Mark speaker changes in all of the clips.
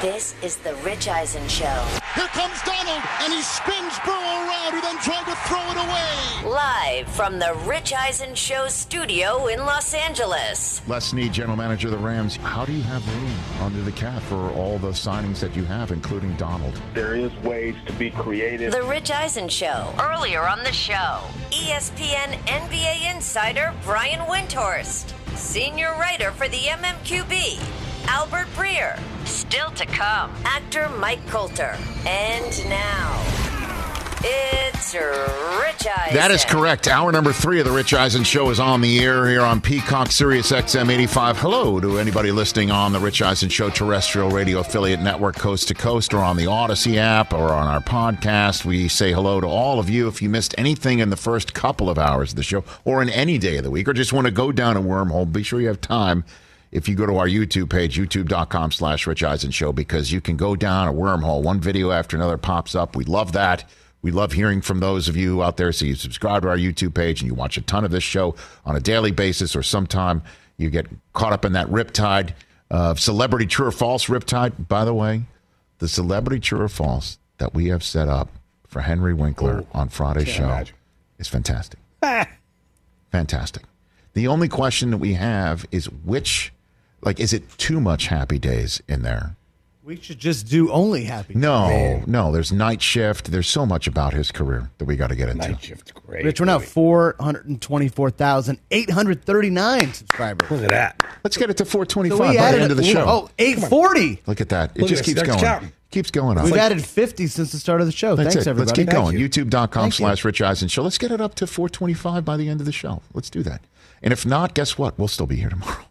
Speaker 1: This is the Rich Eisen Show,
Speaker 2: Here comes Donald, and he spins Burrow around, who then tried to throw it away.
Speaker 1: live from the Rich Eisen Show studio in Los Angeles.
Speaker 2: Les Snead, general manager of the Rams. How do you have room under the cap for all the signings that you have, including Donald?
Speaker 3: There is ways to be creative.
Speaker 1: The Rich Eisen Show. Earlier on the show, E ESPN NBA insider Brian Windhorst, senior writer for the MMQB, Albert Breer, still to come, actor Mike Coulter. And now, it's Rich Eisen.
Speaker 2: That is correct. Hour number three of the Rich Eisen Show is on the air here on Peacock Sirius XM 85. Hello to anybody listening on the Rich Eisen Show terrestrial radio affiliate network coast to coast or on the Odyssey app or on our podcast. We say hello to all of you. If you missed anything in the first couple of hours of the show or in any day of the week or just want to go down a wormhole, be sure you have time if you go to our YouTube page, youtube.com slash Rich Eisen Show, because you can go down a wormhole. One video after another pops up. We love that. We love hearing from those of you out there. So you subscribe to our YouTube page and you watch a ton of this show on a daily basis, or sometime you get caught up in that riptide of celebrity true or false riptide. By the way, the celebrity true or false that we have set up for Henry Winkler on Friday's show
Speaker 3: imagine.
Speaker 2: is fantastic. Fantastic. The only question that we have is which, like, is it too much happy days in there?
Speaker 4: We should just do only happy.
Speaker 2: No, no, there's night shift. There's so much about his career that we got to get into.
Speaker 3: Night shift's great.
Speaker 4: Rich, we're now 424,839 subscribers.
Speaker 3: Look at that.
Speaker 2: Let's get it to 425
Speaker 4: So we
Speaker 2: by the
Speaker 4: added
Speaker 2: end of the
Speaker 4: a-
Speaker 2: show.
Speaker 4: Oh, 840.
Speaker 2: Look at that. It
Speaker 3: Look at
Speaker 2: just
Speaker 3: us.
Speaker 2: keeps
Speaker 3: That's
Speaker 2: going.
Speaker 3: counting.
Speaker 2: Keeps going up.
Speaker 4: We've added 50 since the start of the show.
Speaker 2: That's
Speaker 4: Thanks,
Speaker 2: it.
Speaker 4: everybody.
Speaker 2: Let's keep going.
Speaker 3: you.
Speaker 2: YouTube.com
Speaker 4: Thank you.
Speaker 2: slash Rich Eisen Show. Let's get it up to 425 by the end of the show. Let's do that. And if not, guess what? We'll still be here tomorrow.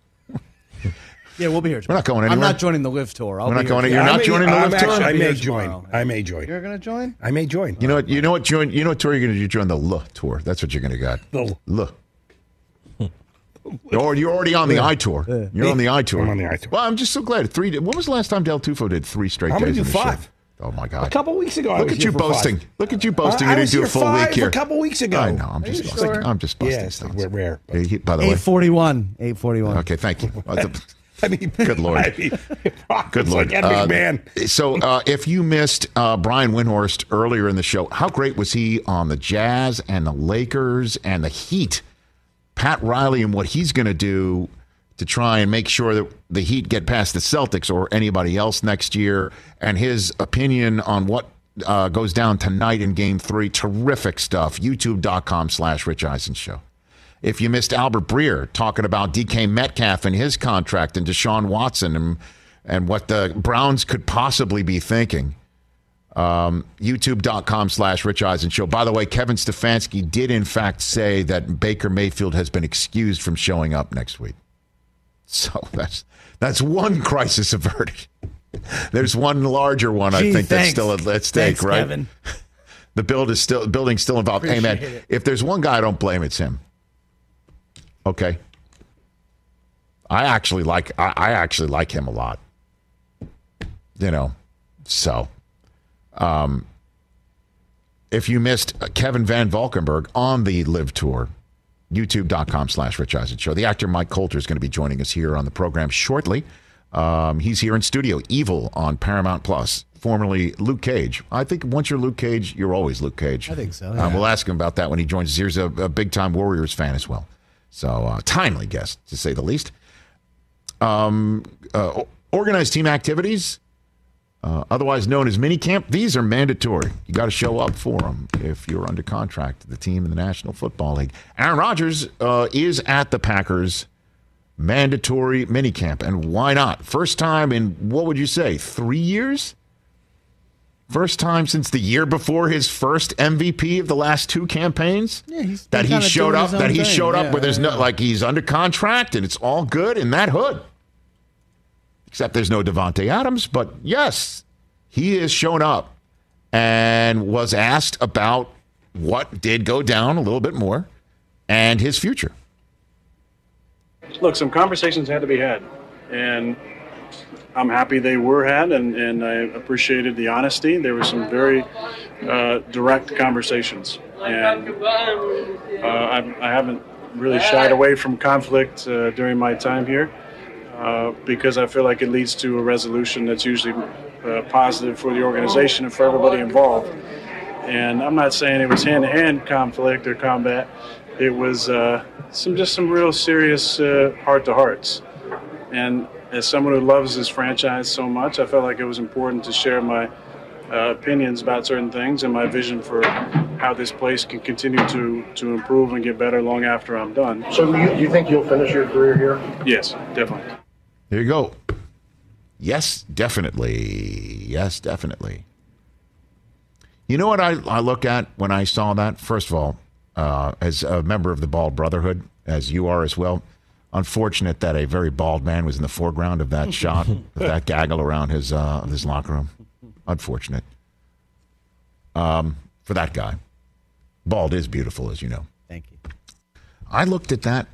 Speaker 4: Yeah, we'll be here.
Speaker 2: We're not going
Speaker 4: I'm
Speaker 2: anywhere.
Speaker 4: not joining the live tour. I'll
Speaker 2: We're
Speaker 4: be
Speaker 2: not
Speaker 4: here.
Speaker 2: going to-
Speaker 4: Yeah.
Speaker 2: You're
Speaker 3: I
Speaker 2: not
Speaker 3: may-
Speaker 2: joining the
Speaker 3: I'm
Speaker 2: live
Speaker 3: actually-
Speaker 2: tour?
Speaker 3: I
Speaker 4: Be
Speaker 3: may
Speaker 4: here
Speaker 3: join.
Speaker 4: tomorrow.
Speaker 3: I may join.
Speaker 4: You're going to join?
Speaker 3: I may join.
Speaker 2: You know what? You know what? Join. You know what tour you're going to join the L tour. That's what you're going to get.
Speaker 3: The
Speaker 2: L. Or you're already on the I tour. You're on the I tour.
Speaker 3: I'm on the I tour.
Speaker 2: Well, I'm just so glad. Three. When was the last time Del Tufo did three straight
Speaker 3: I'm
Speaker 2: days?
Speaker 3: gonna do
Speaker 2: in the show?
Speaker 3: five.
Speaker 2: Oh my God!
Speaker 3: A couple weeks ago, I
Speaker 2: Look
Speaker 3: was
Speaker 2: at you
Speaker 3: here for five.
Speaker 2: boasting. Look at you boasting. you
Speaker 3: I- I
Speaker 2: didn't
Speaker 3: was
Speaker 2: do a
Speaker 3: here
Speaker 2: full
Speaker 3: five
Speaker 2: week here.
Speaker 3: a couple weeks ago.
Speaker 2: I know. I'm just.
Speaker 3: Are you
Speaker 2: busting-
Speaker 3: sure?
Speaker 2: I'm just busting.
Speaker 3: Yeah, it's like
Speaker 2: stunts.
Speaker 3: we're rare, but-
Speaker 2: Hey, he- by the way.
Speaker 4: 841. 841.
Speaker 2: Okay. Thank you. Uh, the-
Speaker 3: I mean,
Speaker 2: Good Lord.
Speaker 3: I mean,
Speaker 2: Good lord,
Speaker 3: Like
Speaker 2: Uh,
Speaker 3: Ed man.
Speaker 2: So, uh, if you missed uh, Brian Windhorst earlier in the show, how great was he on the Jazz and the Lakers and the Heat? Pat Riley and what he's going to do to try and make sure that the Heat get past the Celtics or anybody else next year, and his opinion on what uh, goes down tonight in Game Three. Terrific stuff. YouTube.com/slash Rich Eisen Show. If you missed Albert Breer talking about DK Metcalf and his contract and Deshaun Watson and and what the Browns could possibly be thinking. Um, YouTube.com slash Rich Eisen Show. By the way, Kevin Stefanski did in fact say that Baker Mayfield has been excused from showing up next week. So that's that's one crisis averted. There's one larger one I
Speaker 4: Gee,
Speaker 2: think that's
Speaker 4: thanks.
Speaker 2: still at, at stake,
Speaker 4: Thanks,
Speaker 2: right?
Speaker 4: Kevin.
Speaker 2: The build is still building's still involved. hey man, if there's one guy I don't blame, it's him. Okay. I actually like I, I actually like him a lot. You know, so um if you missed Kevin Van Valkenburg on the live tour, youtube.com slash Rich Eisen Show. The actor Mike Coulter is going to be joining us here on the program shortly. Um, he's here in studio, Evil on Paramount Plus, formerly Luke Cage. I think once you're Luke Cage, you're always Luke Cage. I
Speaker 4: think so,
Speaker 2: Uh,
Speaker 4: yeah.
Speaker 2: we'll ask him about that when he joins us. He's a, a big time Warriors fan as well. So, uh, timely guest, to say the least. Um, uh, o- organized team activities, uh, otherwise known as minicamp, these are mandatory. You got to show up for them if you're under contract to the team in the National Football League. Aaron Rodgers uh, is at the Packers mandatory minicamp, and why not? First time in what would you say three years? First time since the year before his first MVP of the last two campaigns
Speaker 4: Yeah, he's been
Speaker 2: that he
Speaker 4: kinda
Speaker 2: showed
Speaker 4: doing
Speaker 2: up.
Speaker 4: his own
Speaker 2: That he
Speaker 4: thing.
Speaker 2: showed up
Speaker 4: Yeah,
Speaker 2: where there's no
Speaker 4: yeah.
Speaker 2: like he's under contract and it's all good in that hood. Except there's no Devonte Adams, but yes, he is shown up and was asked about what did go down a little bit more and his future.
Speaker 5: look, some conversations had to be had, and I'm happy they were had, and, and I appreciated the honesty. There were some very uh, direct conversations, and uh, I, I haven't really shied away from conflict uh, during my time here. uh, because I feel like it leads to a resolution that's usually uh, positive for the organization and for everybody involved. And I'm not saying it was hand-to-hand conflict or combat. It was uh, some just some real serious uh, heart-to-hearts. And as someone who loves this franchise so much, I felt like it was important to share my uh, opinions about certain things and my vision for how this place can continue to, to improve and get better long after I'm done.
Speaker 6: So you, you think you'll finish your career here?
Speaker 5: Yes, definitely.
Speaker 2: There you go. Yes, definitely. Yes, definitely. You know what I, I look at when I saw that? First of all, uh, as a member of the Bald Brotherhood, as you are as well, unfortunate that a very bald man was in the foreground of that shot, of that gaggle around his, uh, of his locker room. Unfortunate um, for that guy. Bald is beautiful, as you know.
Speaker 4: Thank you.
Speaker 2: I looked at that,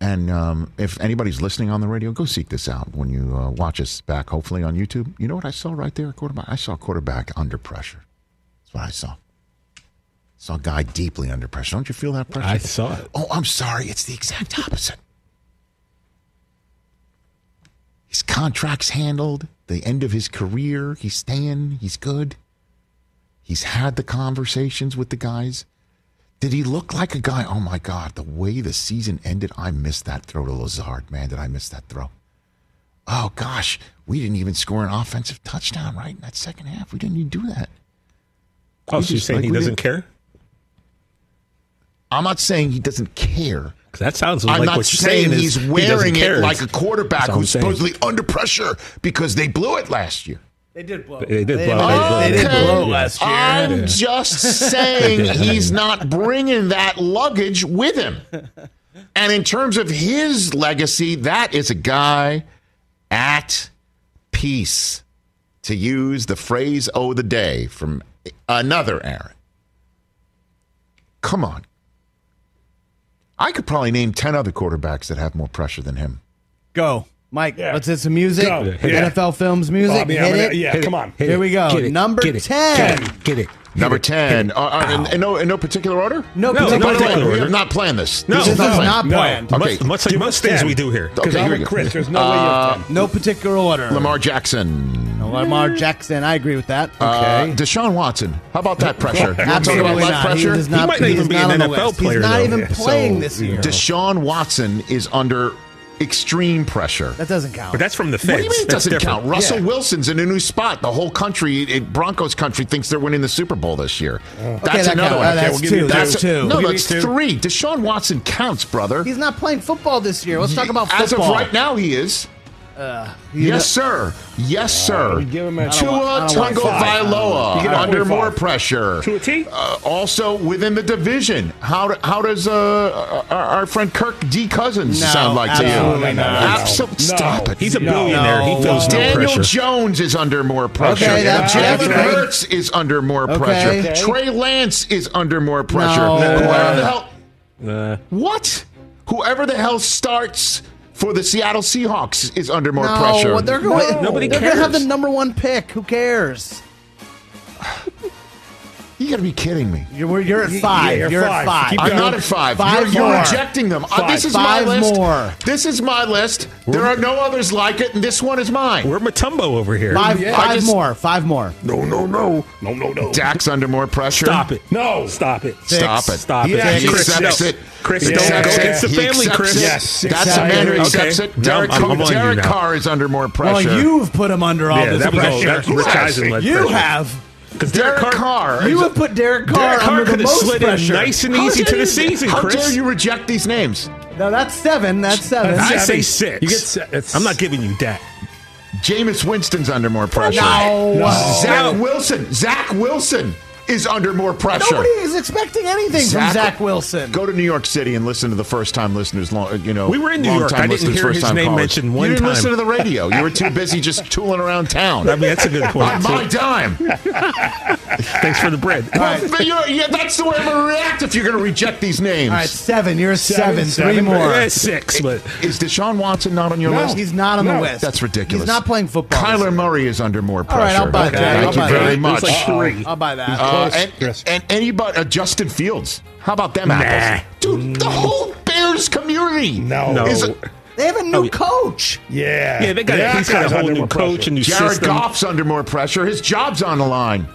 Speaker 2: and um, if anybody's listening on the radio, go seek this out when you uh, watch us back, hopefully on YouTube. You know what I saw right there? Quarterback. I saw quarterback under pressure. That's what I saw. Saw a guy deeply under pressure. Don't you feel that pressure?
Speaker 7: I saw it.
Speaker 2: Oh, I'm sorry. It's the exact opposite. His contract's handled. The end of his career. He's staying. He's good. He's had the conversations with the guys. Did he look like a guy? Oh my God, the way the season ended, I missed that throw to Lazard. Man, did I miss that throw? Oh gosh, we didn't even score an offensive touchdown, right? In that second half, we didn't even do that.
Speaker 7: Oh, so you're
Speaker 2: just-
Speaker 7: saying
Speaker 2: like
Speaker 7: he
Speaker 2: we
Speaker 7: doesn't
Speaker 2: did-
Speaker 7: care?
Speaker 2: I'm not saying he doesn't care.
Speaker 7: 'Cause that sounds like
Speaker 2: I'm not
Speaker 7: what you're
Speaker 2: saying,
Speaker 7: is
Speaker 2: he's
Speaker 7: he doesn't
Speaker 2: wearing
Speaker 7: care.
Speaker 2: it like a quarterback
Speaker 7: That's all
Speaker 2: who's
Speaker 7: I'm saying.
Speaker 2: supposedly under pressure because they blew it last year.
Speaker 4: They did blow.
Speaker 7: They did blow.
Speaker 4: They did
Speaker 2: Okay.
Speaker 4: blow last year.
Speaker 2: I'm just saying he's not bringing that luggage with him. And in terms of his legacy, that is a guy at peace, to use the phrase "Oh, the day" from another Aaron. Come on. I could probably name 10 other quarterbacks that have more pressure than him.
Speaker 4: Go, Mike.
Speaker 3: Yeah.
Speaker 4: Let's hit some music.
Speaker 3: Go. Yeah.
Speaker 4: NFL films music.
Speaker 3: Bobby,
Speaker 4: hit
Speaker 3: I'm gonna-
Speaker 4: it.
Speaker 3: yeah, come on.
Speaker 7: Hit
Speaker 4: Here
Speaker 7: it,
Speaker 4: we go.
Speaker 7: get it,
Speaker 4: Number
Speaker 7: get it,
Speaker 4: 10.
Speaker 7: Get it. Get it.
Speaker 2: Number 10. Uh, uh, in, in no, in no particular order?
Speaker 4: No,
Speaker 2: By
Speaker 7: No,
Speaker 2: the
Speaker 7: no,
Speaker 4: particular-
Speaker 2: way,
Speaker 7: particular
Speaker 2: we
Speaker 7: order.
Speaker 2: are not playing this.
Speaker 7: No,
Speaker 4: This is
Speaker 7: no,
Speaker 4: not
Speaker 7: no.
Speaker 4: planned.
Speaker 7: Much-
Speaker 2: Okay.
Speaker 7: Much, like most things we do here.
Speaker 3: Because
Speaker 2: Okay,
Speaker 3: I'm
Speaker 2: here
Speaker 3: with
Speaker 2: we go. Uh,
Speaker 3: Chris. There's no way you have 10.
Speaker 4: no particular order.
Speaker 2: Lamar Jackson.
Speaker 4: No, Lamar Jackson. I agree with that.
Speaker 2: Uh, Deshaun Watson. How about that pressure? You want to talk
Speaker 4: Absolutely
Speaker 2: about that
Speaker 4: not. He,
Speaker 2: pressure?
Speaker 4: does not,
Speaker 7: He might not
Speaker 4: is
Speaker 7: even be
Speaker 4: not
Speaker 7: an
Speaker 4: on the
Speaker 7: NFL
Speaker 4: list.
Speaker 7: player,
Speaker 4: He's not
Speaker 7: though.
Speaker 4: even
Speaker 7: Yeah,
Speaker 4: playing
Speaker 7: so-
Speaker 4: this year.
Speaker 2: Deshaun Watson is under extreme pressure.
Speaker 4: that doesn't count.
Speaker 7: But that's from the feds.
Speaker 2: What do you mean it
Speaker 7: That's
Speaker 2: doesn't
Speaker 7: different.
Speaker 2: count? Russell Wilson's in a new spot. The whole country, it, Broncos country, thinks they're winning the Super Bowl this year. That's
Speaker 4: that counts.
Speaker 2: another one.
Speaker 4: Uh, that's
Speaker 3: we'll give you
Speaker 4: two.
Speaker 3: two.
Speaker 4: That's
Speaker 2: That's-
Speaker 4: two.
Speaker 2: No,
Speaker 3: We'll give
Speaker 2: that's
Speaker 3: you two.
Speaker 2: three. Deshaun Watson counts, brother.
Speaker 4: He's not playing football this year. Let's talk about football. Uh,
Speaker 2: As of right now, he is. yes, sir. Yes, sir.
Speaker 3: give him a-
Speaker 2: Tua
Speaker 4: I don't want- I don't want five.
Speaker 3: You give
Speaker 2: Tagovailoa
Speaker 3: him
Speaker 2: under
Speaker 3: 45.
Speaker 2: more pressure.
Speaker 3: To a T?
Speaker 2: Uh, also within the division. How do- how does uh, our, our friend Kirk D Cousins
Speaker 4: No,
Speaker 2: sound like to
Speaker 4: absolutely
Speaker 2: you?
Speaker 4: not.
Speaker 2: Absol-
Speaker 3: No.
Speaker 2: Stop it.
Speaker 7: He's a
Speaker 3: No.
Speaker 7: billionaire. He
Speaker 4: No.
Speaker 7: feels no
Speaker 2: Daniel
Speaker 7: pressure.
Speaker 2: Jones is under more pressure.
Speaker 4: Okay, that's-
Speaker 2: Jalen
Speaker 4: that's right.
Speaker 2: Hurts is under more pressure.
Speaker 4: Okay.
Speaker 2: Trey Lance is under more pressure.
Speaker 4: No.
Speaker 2: Whoever the
Speaker 4: Uh,
Speaker 2: hell, what? Whoever the hell starts for the Seattle Seahawks is under more
Speaker 4: no,
Speaker 2: pressure.
Speaker 4: well, they're going.
Speaker 7: Nobody
Speaker 4: they're to have
Speaker 7: cares.
Speaker 4: the number one pick. Who cares?
Speaker 2: You gotta be kidding me.
Speaker 4: You're, you're at five.
Speaker 3: you're
Speaker 4: you're at
Speaker 3: five.
Speaker 4: five.
Speaker 3: Keep
Speaker 2: I'm
Speaker 3: going.
Speaker 2: not at 5
Speaker 4: Five
Speaker 2: you're,
Speaker 4: more.
Speaker 2: you're rejecting them. Uh,
Speaker 4: Five.
Speaker 2: This is
Speaker 4: Five
Speaker 2: my list.
Speaker 4: more.
Speaker 2: This is my list. There are no others like it, and this one is mine.
Speaker 7: We're Matumbo over here.
Speaker 4: Five,
Speaker 2: Yeah. I
Speaker 4: five
Speaker 2: just-
Speaker 4: more. Five more.
Speaker 7: No, no, no.
Speaker 3: No, no, no.
Speaker 2: Dax under more pressure.
Speaker 7: Stop it.
Speaker 3: No.
Speaker 7: Stop it.
Speaker 2: Stop it.
Speaker 7: Stop it.
Speaker 3: Yeah,
Speaker 2: He
Speaker 3: Chris,
Speaker 2: accepts
Speaker 7: no.
Speaker 2: it.
Speaker 7: Chris,
Speaker 2: He
Speaker 7: don't
Speaker 2: accepts
Speaker 7: go
Speaker 2: it.
Speaker 7: against the
Speaker 2: He
Speaker 7: family,
Speaker 2: accepts
Speaker 7: Chris.
Speaker 2: it.
Speaker 3: Yes,
Speaker 2: That's
Speaker 3: exactly.
Speaker 2: a man who
Speaker 7: Okay.
Speaker 2: accepts it.
Speaker 7: No,
Speaker 2: Derek,
Speaker 7: I'm- I'm on you
Speaker 2: Derek
Speaker 7: now.
Speaker 2: Carr is under more
Speaker 4: Well,
Speaker 2: pressure.
Speaker 4: you've put him under all
Speaker 7: Yeah,
Speaker 4: this
Speaker 7: that was all.
Speaker 4: pressure.
Speaker 7: That's Rich Eisen led
Speaker 4: you
Speaker 7: pressure.
Speaker 4: have.
Speaker 7: Because
Speaker 2: Derek Carr.
Speaker 4: You
Speaker 2: is-
Speaker 4: have put Derek Carr
Speaker 7: Derek Carr
Speaker 4: under
Speaker 7: could
Speaker 4: the
Speaker 7: have
Speaker 4: most
Speaker 7: slid in
Speaker 4: pressure.
Speaker 7: nice and
Speaker 2: How
Speaker 7: easy to
Speaker 2: dare you-
Speaker 7: the season,
Speaker 2: How
Speaker 7: Chris.
Speaker 2: dare you reject these names?
Speaker 4: No, that's seven. That's seven.
Speaker 7: I
Speaker 3: Seven.
Speaker 7: say six.
Speaker 3: You get se- it's-
Speaker 7: I'm not giving you that.
Speaker 2: Jameis Winston's under more pressure.
Speaker 4: No. No.
Speaker 2: Zach
Speaker 7: No.
Speaker 2: Wilson. Zach Wilson is under more pressure.
Speaker 4: Nobody is expecting anything from Zach Wilson.
Speaker 2: Go to New York City and listen to the first time listeners. Long, you know,
Speaker 7: We were in New York.
Speaker 2: long-time
Speaker 7: I didn't
Speaker 2: listeners,
Speaker 7: hear
Speaker 2: first
Speaker 7: his
Speaker 2: time
Speaker 7: name
Speaker 2: callers.
Speaker 7: mentioned one
Speaker 2: You didn't
Speaker 7: time.
Speaker 2: listen to the radio. You were too busy just tooling around town.
Speaker 7: I mean, that's a good
Speaker 2: on
Speaker 7: point.
Speaker 2: my
Speaker 7: too.
Speaker 2: dime.
Speaker 7: Thanks for the bread.
Speaker 2: Well, you're- yeah, that's the way I'm going to react if you're going to reject these names.
Speaker 4: All right, seven. You're a seven.
Speaker 3: Seven,
Speaker 4: Three
Speaker 3: seven,
Speaker 4: more.
Speaker 7: Yeah, six, but
Speaker 2: Is Deshaun Watson not on your
Speaker 3: No.
Speaker 2: list?
Speaker 4: He's not on the
Speaker 3: No,
Speaker 4: list.
Speaker 2: That's ridiculous.
Speaker 4: He's not playing football.
Speaker 2: Kyler Murray is under more pressure.
Speaker 4: right, I'll buy Okay. that. I'll
Speaker 2: Thank
Speaker 4: buy
Speaker 2: you very
Speaker 4: that.
Speaker 2: much.
Speaker 7: It's like three.
Speaker 4: I'll buy that.
Speaker 2: Uh,
Speaker 3: Close,
Speaker 2: and,
Speaker 3: Chris.
Speaker 2: and anybody, uh, Justin
Speaker 4: Mm.
Speaker 2: Fields. How about them apples? Dude, the whole Bears community
Speaker 3: No.
Speaker 2: is
Speaker 4: They have a new
Speaker 7: Oh, yeah.
Speaker 4: coach.
Speaker 3: Yeah.
Speaker 7: Yeah, they got,
Speaker 3: That
Speaker 7: he's got a
Speaker 3: guy's
Speaker 7: whole
Speaker 3: under
Speaker 7: new
Speaker 3: more
Speaker 7: coach
Speaker 3: pressure.
Speaker 7: and new
Speaker 2: Jared
Speaker 7: system.
Speaker 2: Goff's under more pressure. His job's on the line.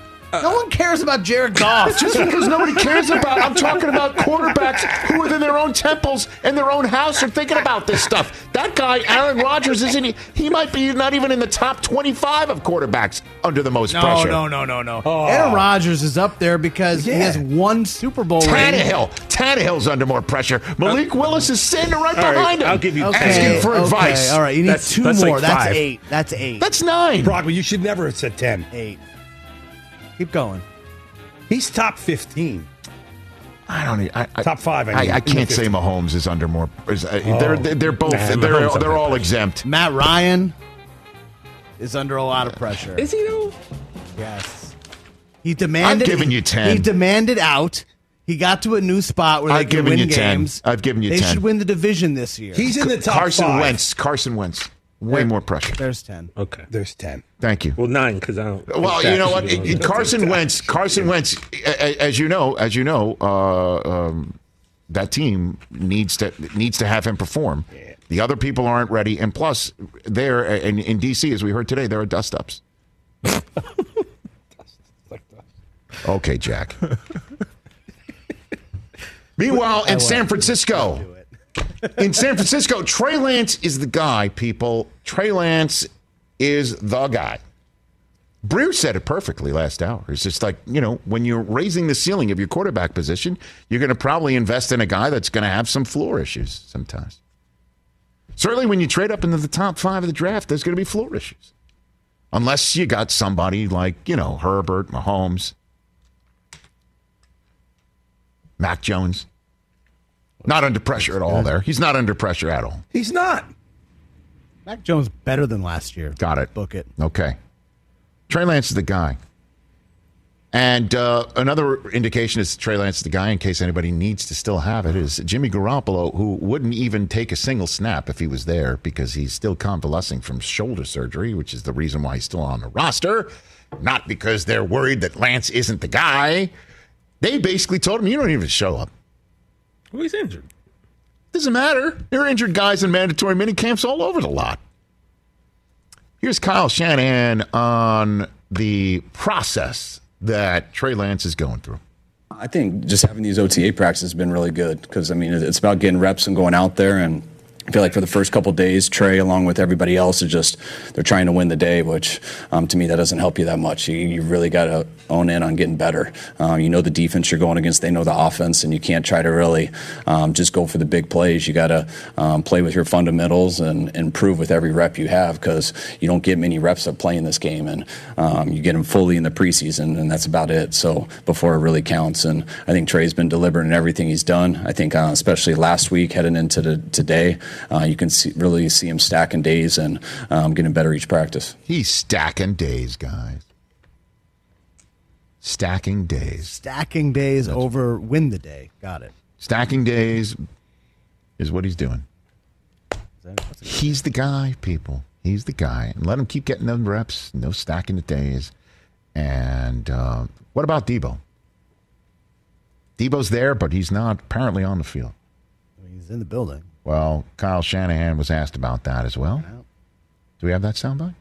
Speaker 4: no one cares about Jared Goff.
Speaker 2: Just because nobody cares about I'm talking about quarterbacks who within their own temples and their own house are thinking about this stuff. That guy, Aaron Rodgers, isn't he he might be not even in the top twenty five of quarterbacks under the most
Speaker 4: no,
Speaker 2: pressure.
Speaker 4: no, no, no, no.
Speaker 3: Oh,
Speaker 2: Uh,
Speaker 4: Aaron Rodgers is up there because he
Speaker 3: Yeah.
Speaker 4: has one Super Bowl ring.
Speaker 2: Tannehill. Tannehill's under more pressure. Malik Willis is standing right
Speaker 7: all right,
Speaker 2: behind him.
Speaker 7: I'll give you
Speaker 2: asking for
Speaker 4: okay,
Speaker 2: advice.
Speaker 4: All right, you need
Speaker 7: That's-
Speaker 4: two
Speaker 7: that's like
Speaker 4: more. that's
Speaker 7: five.
Speaker 4: eight. That's eight.
Speaker 2: That's nine.
Speaker 3: Brockman, you should never have said 10.
Speaker 4: eight. Keep going.
Speaker 3: He's top 15.
Speaker 2: I don't. e- I, I,
Speaker 3: Top five, I
Speaker 2: I,
Speaker 3: mean,
Speaker 2: I
Speaker 3: in
Speaker 2: can't
Speaker 3: the
Speaker 2: say
Speaker 3: 50.
Speaker 2: Mahomes is under more. Is, uh, they're they're they're both.
Speaker 7: Nah,
Speaker 2: they're
Speaker 7: Mahomes
Speaker 2: they're
Speaker 7: under
Speaker 2: all
Speaker 7: pressure.
Speaker 2: exempt.
Speaker 4: Matt Ryan is under a lot of pressure.
Speaker 7: Is he though?
Speaker 4: Yes. He demanded.
Speaker 2: I've given you 10.
Speaker 4: He demanded out. He got to a new spot where they
Speaker 2: I've
Speaker 4: could
Speaker 2: given
Speaker 4: win
Speaker 2: you 10.
Speaker 4: games.
Speaker 2: I've given you
Speaker 4: They
Speaker 2: 10.
Speaker 4: should win the division this year.
Speaker 3: He's in the top
Speaker 2: Carson
Speaker 3: five.
Speaker 2: Wentz. Carson Wentz. Way more pressure.
Speaker 4: There's ten.
Speaker 7: Okay.
Speaker 3: There's 10.
Speaker 2: Thank you.
Speaker 7: Well, nine because I don't.
Speaker 2: Well,
Speaker 7: Dak
Speaker 2: you know what?
Speaker 7: should be on that.
Speaker 2: Carson Wentz. Carson Wentz. a- a- As you know, as you know, uh, um, that team needs to needs to have him perform. The other people aren't ready, and plus, there in, in DC, as we heard today, there are dust ups. Okay, Jack. Meanwhile, in San Francisco, in San Francisco, Trey Lance is the guy, people. Trey Lance is the guy. Breer said it perfectly last hour. It's just like, you know, when you're raising the ceiling of your quarterback position, you're going to probably invest in a guy that's going to have some floor issues sometimes. Certainly, when you trade up into the top five of the draft, there's going to be floor issues. Unless you got somebody like, you know, Herbert, Mahomes, Mac Jones. Not under pressure at all there. He's not under pressure at all.
Speaker 3: He's not.
Speaker 4: Mac Jones better than last year.
Speaker 2: Got it.
Speaker 4: Book it.
Speaker 2: Okay. Trey Lance is the guy. And uh, another indication is Trey Lance is the guy, in case anybody needs to still have it, is Jimmy Garoppolo, who wouldn't even take a single snap if he was there because he's still convalescing from shoulder surgery, which is the reason why he's still on the roster, not because they're worried that Lance isn't the guy. They basically told him, you don't even show up.
Speaker 7: Well, he's injured.
Speaker 2: Doesn't matter. There are injured guys in mandatory minicamps all over the lot. Here's Kyle Shanahan on the process that Trey Lance is going through.
Speaker 8: I think just having these OTA practices has been really good because I mean it- it's about getting reps and going out there and I feel like for the first couple of days Trey along with everybody else is just they're trying to win the day which um, to me that doesn't help you that much you, you really got to own in on getting better um, you know the defense you're going against they know the offense and you can't try to really um, just go for the big plays you got to um, play with your fundamentals and improve with every rep you have because you don't get many reps of playing this game and um, you get them fully in the preseason and that's about it so before it really counts and I think Trey's been deliberate in everything he's done I think uh, especially last week heading into the, today uh, you can see, really see him stacking days and um, getting better each practice
Speaker 2: He's stacking days, guys. Stacking days.
Speaker 4: Stacking days over win the day. Got it.
Speaker 2: Stacking days is what he's doing. He's the guy, people. He's the guy. And let him keep getting them reps. No stacking the days. And uh, what about Debo? Debo's there, but he's not apparently on the field.
Speaker 4: I mean, he's in the building.
Speaker 2: Well, Kyle Shanahan was asked about that as well. Do we have that soundbite?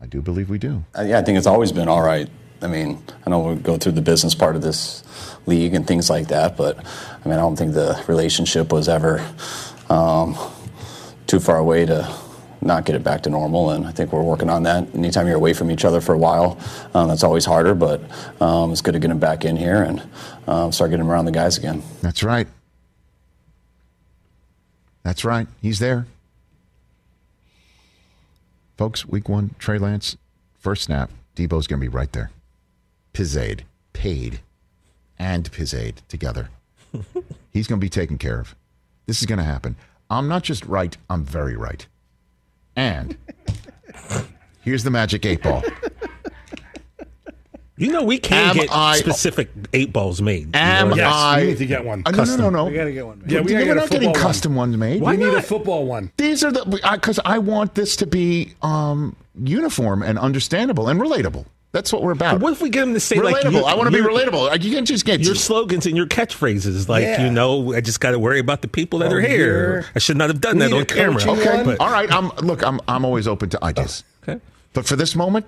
Speaker 2: I do believe we do.
Speaker 8: Uh, Yeah, I think it's always been all right. I mean, I know we go through the business part of this league and things like that, but I mean, I don't think the relationship was ever um, too far away to not get it back to normal. And I think we're working on that. Anytime you're away from each other for a while, um, that's always harder, but um, it's good to get them back in here and um, start getting 'em around the guys again.
Speaker 2: That's right. That's right. He's there. Folks, week one, Trey Lance, first snap. Debo's going to be right there. Pizzade, paid, and Pizzade together. He's going to be taken care of. This is going to happen. I'm not just right, I'm very right. And here's the magic eight ball.
Speaker 7: You know we can
Speaker 2: Am
Speaker 7: get
Speaker 2: I-
Speaker 7: specific eight balls made.
Speaker 2: Am
Speaker 7: you know?
Speaker 3: Yes,
Speaker 2: I?
Speaker 3: we need to get one.
Speaker 2: Uh, no, no, no, no.
Speaker 3: We gotta get one made.
Speaker 2: Yeah,
Speaker 3: Yeah, we gotta
Speaker 2: we're
Speaker 3: get a
Speaker 2: not getting
Speaker 3: football one.
Speaker 2: custom ones made.
Speaker 7: Why
Speaker 3: we need a
Speaker 7: not?
Speaker 3: football one.
Speaker 2: These are the because I, want this to be um, uniform and understandable and relatable. That's what we're about.
Speaker 7: What if we get them to say
Speaker 2: relatable?
Speaker 7: like you-
Speaker 2: I want to be
Speaker 7: you-
Speaker 2: relatable. Like, you can just get
Speaker 7: Your slogans and your catchphrases, like
Speaker 3: Yeah.
Speaker 7: you know, I just got to worry about the people that
Speaker 3: Oh,
Speaker 7: are here.
Speaker 3: here.
Speaker 7: I should not have done
Speaker 3: We
Speaker 7: that
Speaker 3: need
Speaker 7: on
Speaker 3: a
Speaker 7: camera.
Speaker 3: coaching
Speaker 2: Okay.
Speaker 3: one.
Speaker 2: All right. I'm look. I'm I'm always open to ideas.
Speaker 7: Oh, okay.
Speaker 2: But for this moment,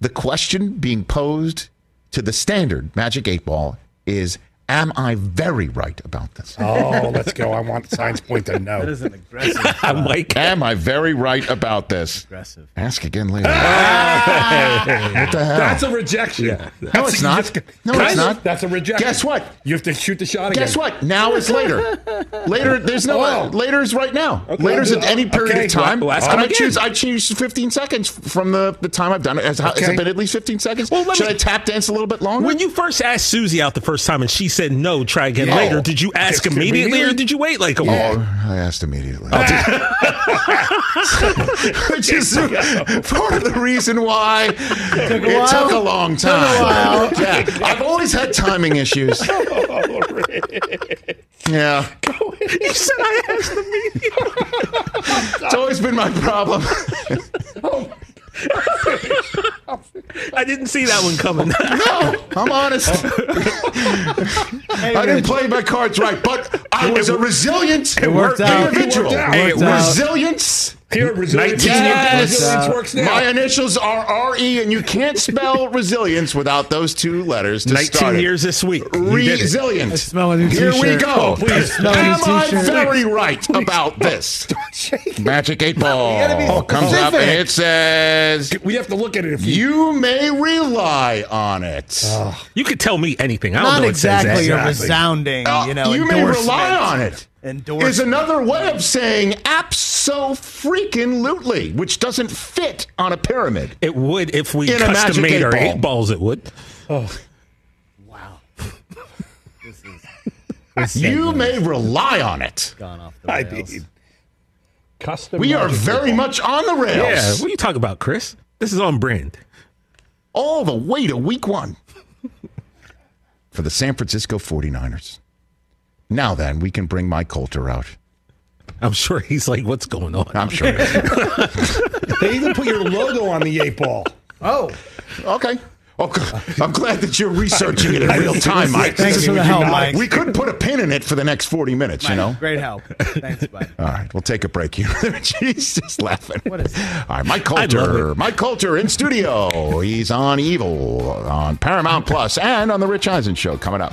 Speaker 2: the question being posed to the standard Magic Eight Ball is: Am I very right about this?
Speaker 3: Oh, let's go. I want Science Point to
Speaker 4: That
Speaker 3: know.
Speaker 4: is an aggressive.
Speaker 7: I'm like,
Speaker 2: Am I very right about this?
Speaker 4: aggressive.
Speaker 2: Ask again later. what the hell?
Speaker 3: That's a rejection.
Speaker 2: Oh. no, it's not. No, it's not.
Speaker 3: That's a rejection.
Speaker 2: Guess what?
Speaker 3: You have to shoot the shot again.
Speaker 2: Guess what? Now it's later. Later, there's no
Speaker 3: Oh.
Speaker 2: later is right now. Later's at any period
Speaker 3: Okay.
Speaker 2: of time.
Speaker 7: Well, ask
Speaker 2: I'm
Speaker 7: him
Speaker 2: gonna
Speaker 7: again.
Speaker 2: choose. I choose 15 seconds from the, the time I've done it. Has, has
Speaker 3: Okay.
Speaker 2: it been at least 15 seconds?
Speaker 7: Well, let
Speaker 2: Should
Speaker 7: me-
Speaker 2: I tap dance a little bit longer?
Speaker 7: when you first asked Susie out the first time and she said no, try again
Speaker 2: Yeah.
Speaker 7: later. Did you ask
Speaker 3: Just
Speaker 7: immediately or
Speaker 3: immediately?
Speaker 7: did you wait like a while?
Speaker 2: Oh, I asked immediately. Which is part of the reason why it took a, long time. Yeah, I've always had timing issues. yeah.
Speaker 7: You said I asked immediately.
Speaker 2: It's always been my problem.
Speaker 7: I didn't see that one coming.
Speaker 2: No, I'm honest. I didn't play my cards right, but I was a resilient
Speaker 4: worked out.
Speaker 2: individual.
Speaker 3: It
Speaker 4: out.
Speaker 2: A
Speaker 3: worked
Speaker 4: It worked out.
Speaker 2: resilience.
Speaker 3: Here, resilience,
Speaker 2: Yes.
Speaker 3: resilience works now.
Speaker 2: uh, My initials are R E, and you can't spell resilience without those two letters. To
Speaker 7: 19
Speaker 2: start it.
Speaker 7: years this week. You did it.
Speaker 2: Resilient.
Speaker 9: I smell a new
Speaker 2: Here we
Speaker 9: t-shirt.
Speaker 2: go.
Speaker 9: Oh, please.
Speaker 2: Am
Speaker 9: Smell a new
Speaker 2: I
Speaker 9: t-shirt.
Speaker 2: very right about this? Magic eight ball comes up and it says
Speaker 3: we have to look at it. If you,
Speaker 2: you may rely on it.
Speaker 9: Oh.
Speaker 7: You could tell me anything. I don't
Speaker 4: Not
Speaker 7: know what
Speaker 4: exactly
Speaker 7: Says
Speaker 4: a
Speaker 7: that.
Speaker 4: resounding,
Speaker 2: Uh,
Speaker 4: you know,
Speaker 2: may
Speaker 4: endorsement.
Speaker 2: rely on it.
Speaker 4: Endorsement.
Speaker 2: Is another way of saying abso-freaking-lutely, which doesn't fit on a pyramid.
Speaker 7: It would if we
Speaker 2: In a magic
Speaker 7: custom made
Speaker 2: eight
Speaker 7: our
Speaker 2: ball.
Speaker 7: eight balls. It would.
Speaker 2: You may rely on it.
Speaker 4: Gone off the
Speaker 3: I
Speaker 4: rails.
Speaker 3: mean, custom.
Speaker 2: We are
Speaker 3: magic
Speaker 2: very
Speaker 3: football.
Speaker 2: much on the
Speaker 7: Yeah.
Speaker 2: rails.
Speaker 7: What are you talking about, Chris? This is on brand.
Speaker 2: all the way to week one for the San Francisco 49ers. Now then, we can bring Mike Coulter out.
Speaker 7: I'm sure he's like, what's going on?
Speaker 2: I'm sure.
Speaker 3: They even put your logo on the eight ball.
Speaker 4: Oh,
Speaker 2: okay. Oh, g- I'm glad that you're researching it in real time, Mike.
Speaker 4: Thanks
Speaker 2: This is-
Speaker 4: for the help, Mike.
Speaker 2: We could put a pin in it for the next 40 minutes, you know?
Speaker 4: great help. Thanks, bud.
Speaker 2: All right, we'll take a break here. She's just laughing.
Speaker 4: What is that?
Speaker 2: All right, Mike
Speaker 7: I love
Speaker 2: Coulter. Mike Coulter in studio. He's on Evil, on Paramount Plus, and on The Rich Eisen Show coming up.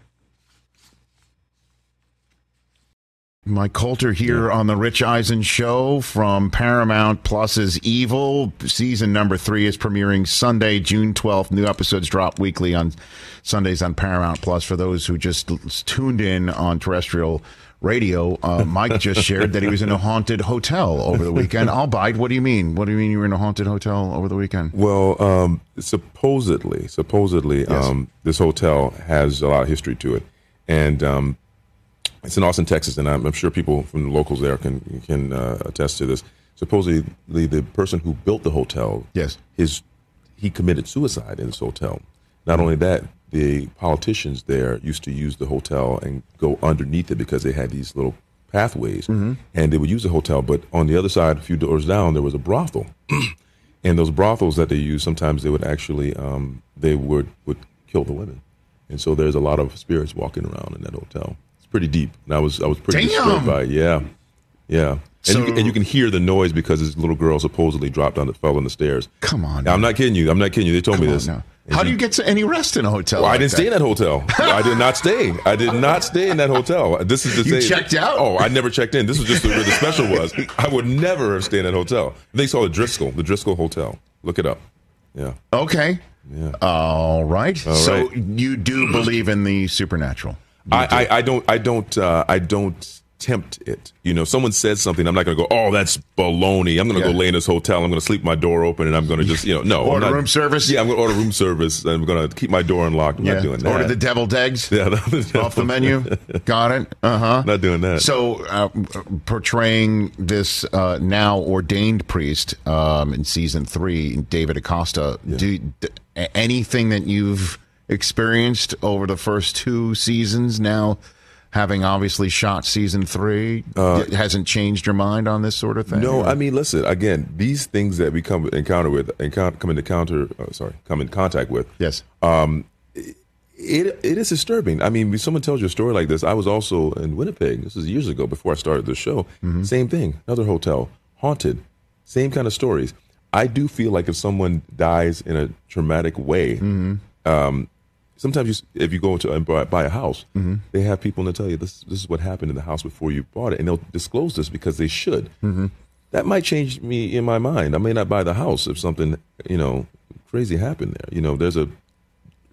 Speaker 2: Mike Coulter here on the Rich Eisen Show from Paramount Plus's Evil. Season number three is premiering Sunday, June 12th. New episodes drop weekly on Sundays on Paramount Plus. For those who just l- tuned in on terrestrial radio, uh, Mike just shared that he was in a haunted hotel over the weekend. Albeit, what do you mean? What do you mean you were in a haunted hotel over the weekend?
Speaker 9: Well, um, supposedly, supposedly, um, this hotel has a lot of history to it, and um, it's in Austin, Texas, and I'm, I'm sure people from the locals there can can uh, attest to this. Supposedly, the person who built the hotel,
Speaker 2: Yes.
Speaker 9: his he committed suicide in this hotel. Not only that, the politicians there used to use the hotel and go underneath it because they had these little pathways, and they would use the hotel. But on the other side, a few doors down, there was a brothel and those brothels that they use sometimes they would actually um, they would would kill the women and so there's a lot of spirits walking around in that hotel it's pretty deep and i was i was pretty
Speaker 2: Damn!
Speaker 9: disturbed by it. yeah yeah and, you
Speaker 2: So-
Speaker 9: can, and you can hear the noise because this little girl supposedly dropped on the fell on the stairs
Speaker 2: Come on.
Speaker 9: i'm not kidding you i'm not kidding you they told
Speaker 2: Come
Speaker 9: me
Speaker 2: on
Speaker 9: this
Speaker 2: now. How do you get any rest in a hotel?
Speaker 9: well, I
Speaker 2: like
Speaker 9: didn't
Speaker 2: that?
Speaker 9: stay in that hotel. I did not stay. I did not stay in that hotel. This is the
Speaker 2: You checked out?
Speaker 9: Oh, I never checked in. This was just where the special was. I would never have stayed in that hotel. They saw the Driscoll, the Driscoll Hotel. Look it up. Yeah.
Speaker 2: Okay. All right. so
Speaker 9: right.
Speaker 2: you do believe in the supernatural.
Speaker 9: I, I, I don't I don't uh, I don't tempt it. You know, someone says something, I'm not gonna go, Oh, that's baloney. I'm gonna go
Speaker 2: Yeah.
Speaker 9: lay in this hotel, I'm gonna sleep my door open and I'm gonna just you know, no. I'm
Speaker 2: Order
Speaker 9: not-
Speaker 2: room service?
Speaker 9: Yeah, I'm gonna order room service. I'm gonna keep my door unlocked. I'm not doing that.
Speaker 2: Order the deviled eggs
Speaker 9: yeah, not-
Speaker 2: off the menu. Got it. Uh huh.
Speaker 9: Not doing that.
Speaker 2: So, uh, portraying this uh, now ordained priest um, in season three, David Acosta, do, d- a- anything that you've experienced over the first two seasons now, having obviously shot season three, d- hasn't changed your mind on this sort of thing?
Speaker 9: Uh, No, I mean, listen. Again, these things that we come encounter with, encounter, come into counter, uh, sorry, come in contact with.
Speaker 2: Yes.
Speaker 9: it it is disturbing. I mean, when someone tells you a story like this, I was also in Winnipeg. This is years ago before I started the show. Same thing, another hotel, haunted, same kind of stories. I do feel like if someone dies in a traumatic way, um, sometimes you, s- if you go into and buy, buy a house, they have people to tell you this this is what happened in the house before you bought it, and they'll disclose this because they should. That might change me in my mind. I may not buy the house if something you know crazy happened there. You know, there's a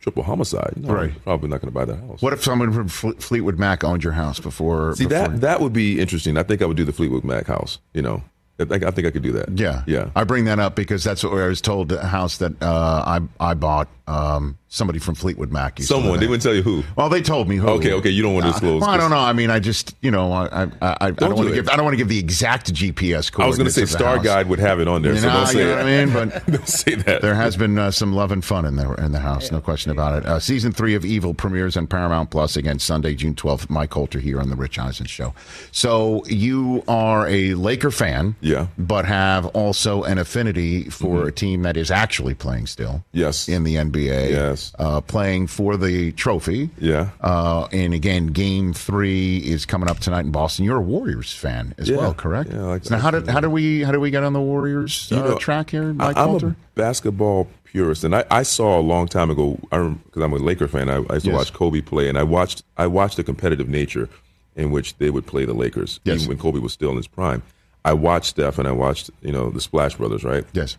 Speaker 9: triple homicide. No,
Speaker 2: Right.
Speaker 9: I'm probably not going to buy that house.
Speaker 2: What if someone from Fle- Fleetwood Mac owned your house before?
Speaker 9: See
Speaker 2: before-
Speaker 9: that that would be interesting. I think I would do the Fleetwood Mac house. You know, I think I, think I could do that.
Speaker 2: Yeah,
Speaker 9: yeah.
Speaker 2: I bring that up because that's what I was told. The house that uh, I I bought, um, somebody from Fleetwood Mac. Used to
Speaker 9: Someone
Speaker 2: live
Speaker 9: they
Speaker 2: in.
Speaker 9: wouldn't tell you who.
Speaker 2: Well, they told me who. Uh,
Speaker 9: Okay, okay, you don't want to disclose.
Speaker 2: Well, I don't know. I mean, I just you know, I I, I, I don't
Speaker 9: do
Speaker 2: want to
Speaker 9: it.
Speaker 2: give I don't want to give the exact GPS coordinates.
Speaker 9: I was going to say
Speaker 2: of the
Speaker 9: Star
Speaker 2: house.
Speaker 9: Guide would have it on there,
Speaker 2: You
Speaker 9: so
Speaker 2: know,
Speaker 9: don't say
Speaker 2: you know what
Speaker 9: that.
Speaker 2: I mean, but
Speaker 9: don't say that.
Speaker 2: there has been uh, some love and fun in the in the house, no question about it. Uh, season three of Evil premieres on Paramount Plus again Sunday, June twelfth. Mike Coulter here on the Rich Eisen Show. So you are a Laker fan,
Speaker 9: Yeah. Mm-hmm.
Speaker 2: but have also an affinity for a team that is actually playing still,
Speaker 9: Yes.
Speaker 2: in the NBA,
Speaker 9: Yes.
Speaker 2: uh, playing for the trophy,
Speaker 9: Yeah.
Speaker 2: Uh, and again, Game Three is coming up tonight in Boston. You're a Warriors fan as
Speaker 9: Yeah.
Speaker 2: well, correct?
Speaker 9: Yeah, I like
Speaker 2: now,
Speaker 9: that.
Speaker 2: how did how do we how do we get on the Warriors
Speaker 9: You
Speaker 2: uh,
Speaker 9: know,
Speaker 2: track here,
Speaker 9: I-
Speaker 2: Mike
Speaker 9: I'm
Speaker 2: Coulter?
Speaker 9: a basketball purist, and I, I saw a long time ago. I because I'm a Laker fan. I, I used to
Speaker 2: Yes.
Speaker 9: watch Kobe play, and I watched I watched the competitive nature in which they would play the Lakers,
Speaker 2: Yes.
Speaker 9: even when Kobe was still in his prime. I watched Steph, and I watched you know the Splash Brothers, right?
Speaker 2: Yes.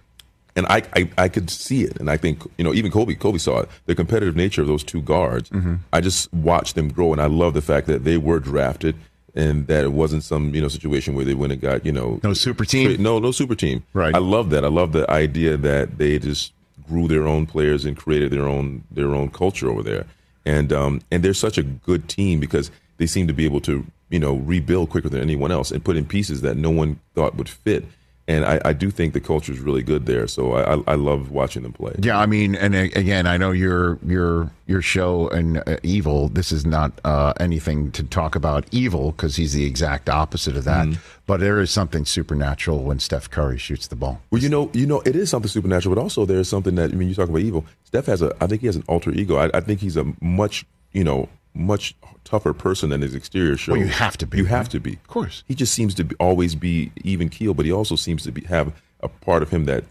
Speaker 9: and I, I I could see it, and I think you know even Kobe Kobe saw it. The competitive nature of those two guards.
Speaker 2: Mm-hmm.
Speaker 9: I just watched them grow, and I love the fact that they were drafted, and that it wasn't some you know situation where they went and got you know
Speaker 2: No super team?
Speaker 9: tra- no no super team.
Speaker 2: Right.
Speaker 9: I love that. I love the idea that they just grew their own players and created their own their own culture over there, and um and they're such a good team because they seem to be able to you know rebuild quicker than anyone else and put in pieces that no one thought would fit and I, I do think the culture is really good there. So I, I, I love watching them play.
Speaker 2: Yeah, I mean, and a- again, I know your your your show and uh, evil. This is not uh, anything to talk about evil because he's the exact opposite of that.
Speaker 9: Mm-hmm.
Speaker 2: But there is something supernatural when Steph Curry shoots the ball.
Speaker 9: Well, you know, you know, it is something supernatural, but also there is something that I mean, you talk about evil. Steph has a, I think he has an alter ego. I, I think he's a much, you know, much tougher person than his exterior shows.
Speaker 2: you have to be,
Speaker 9: You have
Speaker 2: right?
Speaker 9: to be. Of
Speaker 2: course.
Speaker 9: He just seems to be, always be even keel, but he also seems to be have a part of him that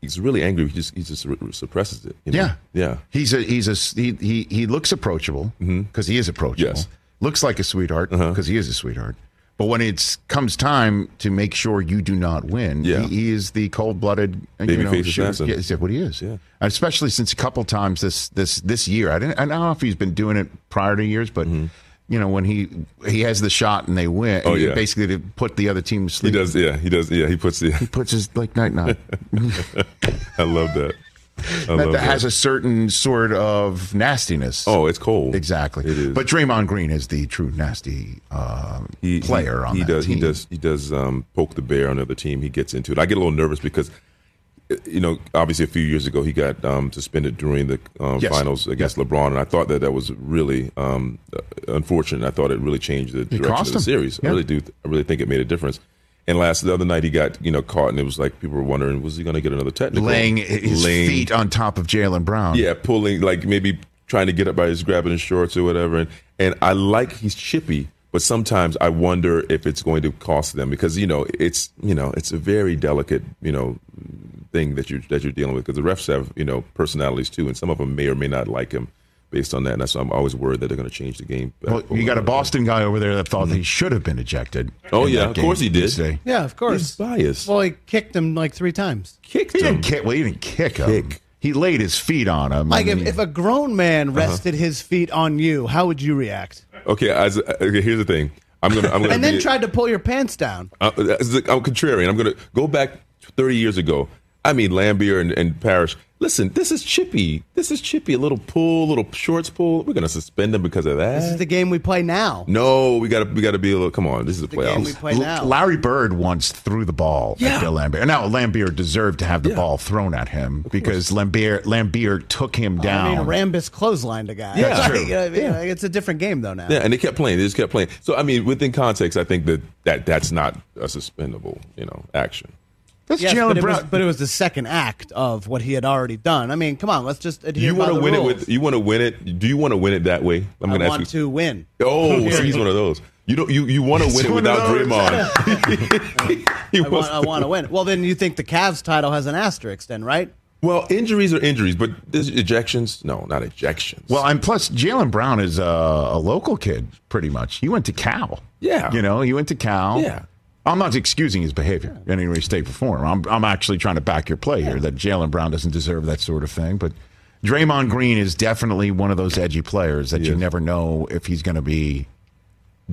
Speaker 9: he's really angry. He just he just re- suppresses it. you know?
Speaker 2: Yeah,
Speaker 9: yeah. Mm-hmm.
Speaker 2: He's a he's a he he, he looks approachable because he is approachable.
Speaker 9: Yes. Uh-huh.
Speaker 2: looks like a sweetheart because he is a sweetheart. But when it comes time to make sure you do not win,
Speaker 9: Yeah.
Speaker 2: he, he is the cold-blooded uh, you
Speaker 9: Babyface
Speaker 2: know, shooter.
Speaker 9: assassin.
Speaker 2: Yeah, is that what he is?
Speaker 9: Yeah.
Speaker 2: Especially since a couple times this this this year, I didn't. I don't know if he's been doing it prior to years, but you know when he he has the shot and they win.
Speaker 9: Mm-hmm. Oh, yeah.
Speaker 2: Basically to put the other team to
Speaker 9: He
Speaker 2: sleep.
Speaker 9: does, yeah. He does, yeah. He puts the.
Speaker 2: He puts his like night night.
Speaker 9: I love that. I
Speaker 2: that,
Speaker 9: love
Speaker 2: that has
Speaker 9: that.
Speaker 2: a certain sort of nastiness.
Speaker 9: Oh, it's cold.
Speaker 2: exactly.
Speaker 9: It is.
Speaker 2: But Draymond Green is the true nasty um
Speaker 9: he,
Speaker 2: player
Speaker 9: he,
Speaker 2: on
Speaker 9: he
Speaker 2: that
Speaker 9: does
Speaker 2: team.
Speaker 9: he does he does um, poke the bear on the other team he gets into it i get a little nervous because uh, you know obviously a few years ago he got um, suspended during the um,
Speaker 2: Yes.
Speaker 9: finals against lebron and i thought that that was really um, uh, unfortunate i thought it really changed the direction
Speaker 2: cost
Speaker 9: of the
Speaker 2: him.
Speaker 9: series
Speaker 2: Yeah.
Speaker 9: i really do i really think it made a difference and last the other night he got you know caught and it was like people were wondering was he going to get another technical
Speaker 2: laying his
Speaker 9: Laying-
Speaker 2: feet on top of Jalen Brown.
Speaker 9: yeah, pulling like maybe trying to get up by his grabbing his shorts or whatever. And and I like he's chippy, but sometimes I wonder if it's going to cost them because you know it's you know it's a very delicate you know thing that you that you're dealing with because the refs have you know personalities too, and some of them may or may not like him based on that. And that's why I'm always worried that they're going to change the game.
Speaker 2: Well, you got a Boston guy over there that thought he should have been ejected.
Speaker 9: Mm-hmm. Oh,
Speaker 2: in
Speaker 9: yeah,
Speaker 2: that
Speaker 9: of
Speaker 2: game
Speaker 9: course he did.
Speaker 2: Tuesday.
Speaker 4: Yeah, of
Speaker 9: He's
Speaker 4: course.
Speaker 9: biased.
Speaker 4: Well, he kicked him like three times.
Speaker 9: Kicked
Speaker 2: He
Speaker 9: him.
Speaker 2: didn't kick. Well, he didn't kick him.
Speaker 9: Um, Kick.
Speaker 2: He laid his feet on him.
Speaker 4: Like
Speaker 2: and
Speaker 4: if,
Speaker 2: he-
Speaker 4: if a grown
Speaker 9: Uh-huh.
Speaker 4: man rested his feet on you, how would you react?
Speaker 9: Okay, as, okay. Here's the thing. I'm gonna. I'm gonna.
Speaker 4: And then
Speaker 9: be-
Speaker 4: tried to pull your pants down.
Speaker 9: Uh, that's- I'm contrarian. I'm going to go back 30 years ago. I mean, Lambier and, and Parrish. Listen, this is chippy. This is chippy. A little pull, little shorts pull. We're going to suspend them because of that.
Speaker 4: This is the game we play now.
Speaker 9: no, we got to we got to be a little. Come on, this is the,
Speaker 4: The game we
Speaker 9: playoffs.
Speaker 4: play now.
Speaker 2: L- Larry Bird once threw the ball
Speaker 9: Yeah.
Speaker 2: at Bill Lambier. Now Lambier deserved to have the ball thrown at him because Lambier Lambier took him
Speaker 4: I mean,
Speaker 2: down.
Speaker 4: Rambus clotheslined a guy.
Speaker 9: Yeah.
Speaker 4: Like, uh,
Speaker 9: True.
Speaker 4: you know what I mean? Like, it's a different game though now.
Speaker 9: Yeah, and they kept playing. They just kept playing. So I mean, within context, I think that, that that's not a suspendable, you know, action.
Speaker 2: That's
Speaker 4: Yes, but,
Speaker 2: Jalen
Speaker 4: it was,
Speaker 2: Brown.
Speaker 4: but it was the second act of what he had already done. I mean, come on, let's just adhere
Speaker 9: you want
Speaker 4: by
Speaker 9: to
Speaker 4: the
Speaker 9: win
Speaker 4: rules.
Speaker 9: it with you want to win it. Do you want to win it that way? I'm
Speaker 4: I
Speaker 9: gonna
Speaker 4: want to win.
Speaker 9: Oh, so he's one of those. You don't you, you want to win it
Speaker 2: one
Speaker 9: without
Speaker 2: of those.
Speaker 9: Draymond. He
Speaker 4: I want,
Speaker 9: wants
Speaker 4: I want to win. Well, then you think the Cavs title has an asterisk, then, right?
Speaker 9: Well, injuries are injuries, but there's ejections? No, not ejections.
Speaker 2: well, and plus Jalen Brown is a, a local kid, pretty much. He went to Cal.
Speaker 9: Yeah.
Speaker 2: you know, he went to Cal.
Speaker 9: Yeah.
Speaker 2: I'm not excusing his behavior in any way, shape, or form. I'm, I'm actually trying to back your play here that Jalen Brown doesn't deserve that sort of thing. But Draymond Green is definitely one of those edgy players that you
Speaker 9: Yes.
Speaker 2: never know if he's going to be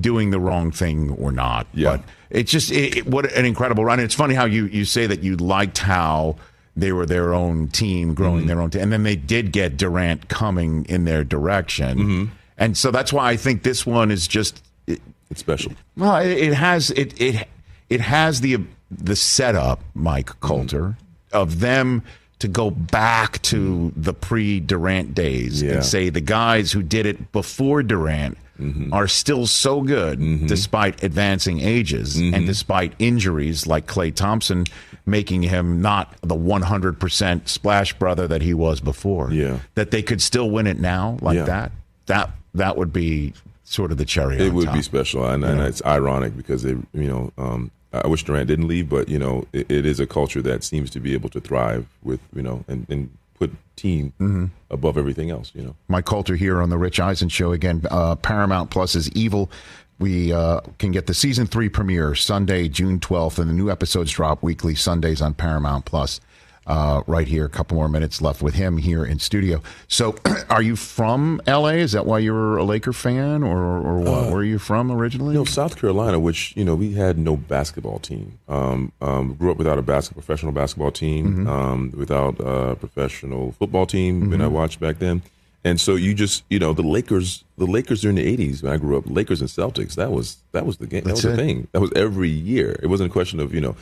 Speaker 2: doing the wrong thing or not.
Speaker 9: Yeah.
Speaker 2: But it's just it, it- what an incredible run. It's funny how you, you say that you liked how they were their own team, growing their own team. And then they did get Durant coming in their direction. And so that's why I think this one is just. It,
Speaker 9: it's special.
Speaker 2: well, it, it has it it it has the the setup, Mike
Speaker 9: Mm-hmm.
Speaker 2: Coulter, of them to go back to the pre Durant days
Speaker 9: Mm-hmm. Yeah.
Speaker 2: and say the guys who did it before Durant
Speaker 9: Mm-hmm.
Speaker 2: are still so good despite advancing ages
Speaker 9: Mm-hmm.
Speaker 2: and despite injuries like Clay Thompson making him not the 100% splash brother that he was before.
Speaker 9: Yeah.
Speaker 2: That they could still win it now like
Speaker 9: Yeah.
Speaker 2: that. That that would be sort of the cherry
Speaker 9: It
Speaker 2: on
Speaker 9: would
Speaker 2: top.
Speaker 9: be special, and, and it's ironic because they, you know, um, I wish Durant didn't leave, but you know, it, it is a culture that seems to be able to thrive with you know and, and put team
Speaker 4: Mm-hmm.
Speaker 9: above everything else. You know,
Speaker 2: Mike Coulter here on the Rich Eisen Show again. Uh, Paramount Plus is evil. We uh, can get the season three premiere Sunday, June twelfth, and the new episodes drop weekly Sundays on Paramount Plus. Uh, right here, a couple more minutes left with him here in studio. So, are you from LA? Is that why you're a Laker fan, or or
Speaker 9: Uh,
Speaker 2: what? Where are you from originally?
Speaker 9: You know, South Carolina, which you know, we had no basketball team. Um, um, grew up without a basketball, professional basketball team, um, without a professional football team. When I watched back then, and so you just, you know, the Lakers, the Lakers during the '80s when I grew up, Lakers and Celtics. That was that was the game.
Speaker 2: That's
Speaker 9: that was
Speaker 2: it.
Speaker 9: the thing. That was every year. It wasn't a question of you know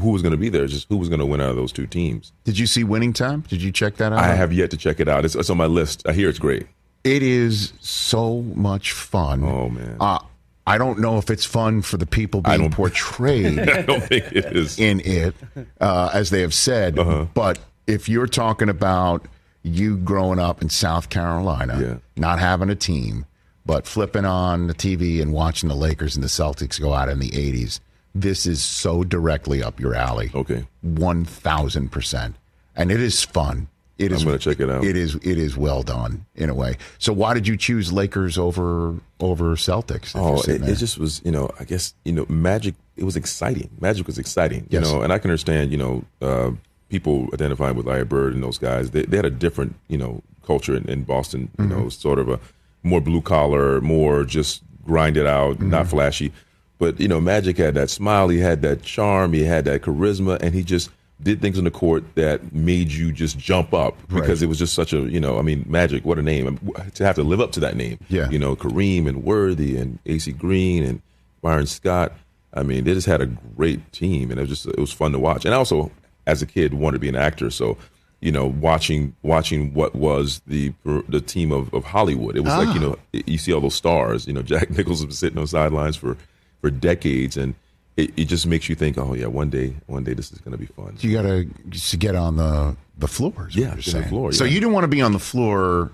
Speaker 9: who was going to be there, just who was going to win out of those two teams.
Speaker 2: Did you see Winning Time? Did you check that out?
Speaker 9: I have yet to check it out. It's, it's on my list. I hear it's great.
Speaker 2: It is so much fun.
Speaker 9: Oh, man.
Speaker 2: Uh, I don't know if it's fun for the people
Speaker 9: I
Speaker 2: being
Speaker 9: don't-
Speaker 2: portrayed.
Speaker 9: I don't think it is.
Speaker 2: in it, uh, as they have said.
Speaker 9: Uh-huh.
Speaker 2: But if you're talking about you growing up in South Carolina,
Speaker 9: Yeah.
Speaker 2: not having a team, but flipping on the TV and watching the Lakers and the Celtics go out in the 80s, this is so directly up your alley.
Speaker 9: Okay.
Speaker 2: 1000%. And it is fun. It
Speaker 9: I'm
Speaker 2: is-
Speaker 9: gonna check it out.
Speaker 2: It is it is well done in a way. So why did you choose Lakers over over Celtics? if you're
Speaker 9: Oh,
Speaker 2: sitting
Speaker 9: it,
Speaker 2: there?
Speaker 9: it just was, you know, I guess, you know, magic, it was exciting. Magic was exciting, you
Speaker 2: Yes.
Speaker 9: know, and I can understand, you know, uh, people identifying with Larry Bird and those guys, they, they had a different, you know, culture in, in Boston, you know, sort of a more blue collar, more just grind it out, not flashy. But, you know, Magic had that smile, he had that charm, he had that charisma, and he just did things on the court that made you just jump up because it was just such a, you know, I mean, Magic, what a name. To have to live up to that name
Speaker 2: Yeah.
Speaker 9: you know Kareem and Worthy and AC Green and Byron Scott. I mean, they just had a great team, and it was just it was fun to watch. And I also, as a kid, wanted to be an actor, so you know, watching watching what was the the team of, of Hollywood. It was like you know, you see all those stars. You know, Jack Nicholson was sitting on sidelines for for decades, and it, it just makes you think, oh yeah, one day, one day this is going to be fun.
Speaker 2: you got to just get on the the floors.
Speaker 9: Yeah,
Speaker 2: you're
Speaker 9: get on the
Speaker 2: saying.
Speaker 9: floor,
Speaker 2: So
Speaker 9: yeah.
Speaker 2: you didn't want to be on the floor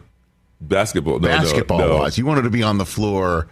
Speaker 9: Basketball, no, no,
Speaker 2: basketball
Speaker 9: no.
Speaker 2: wise. You wanted to be on the floor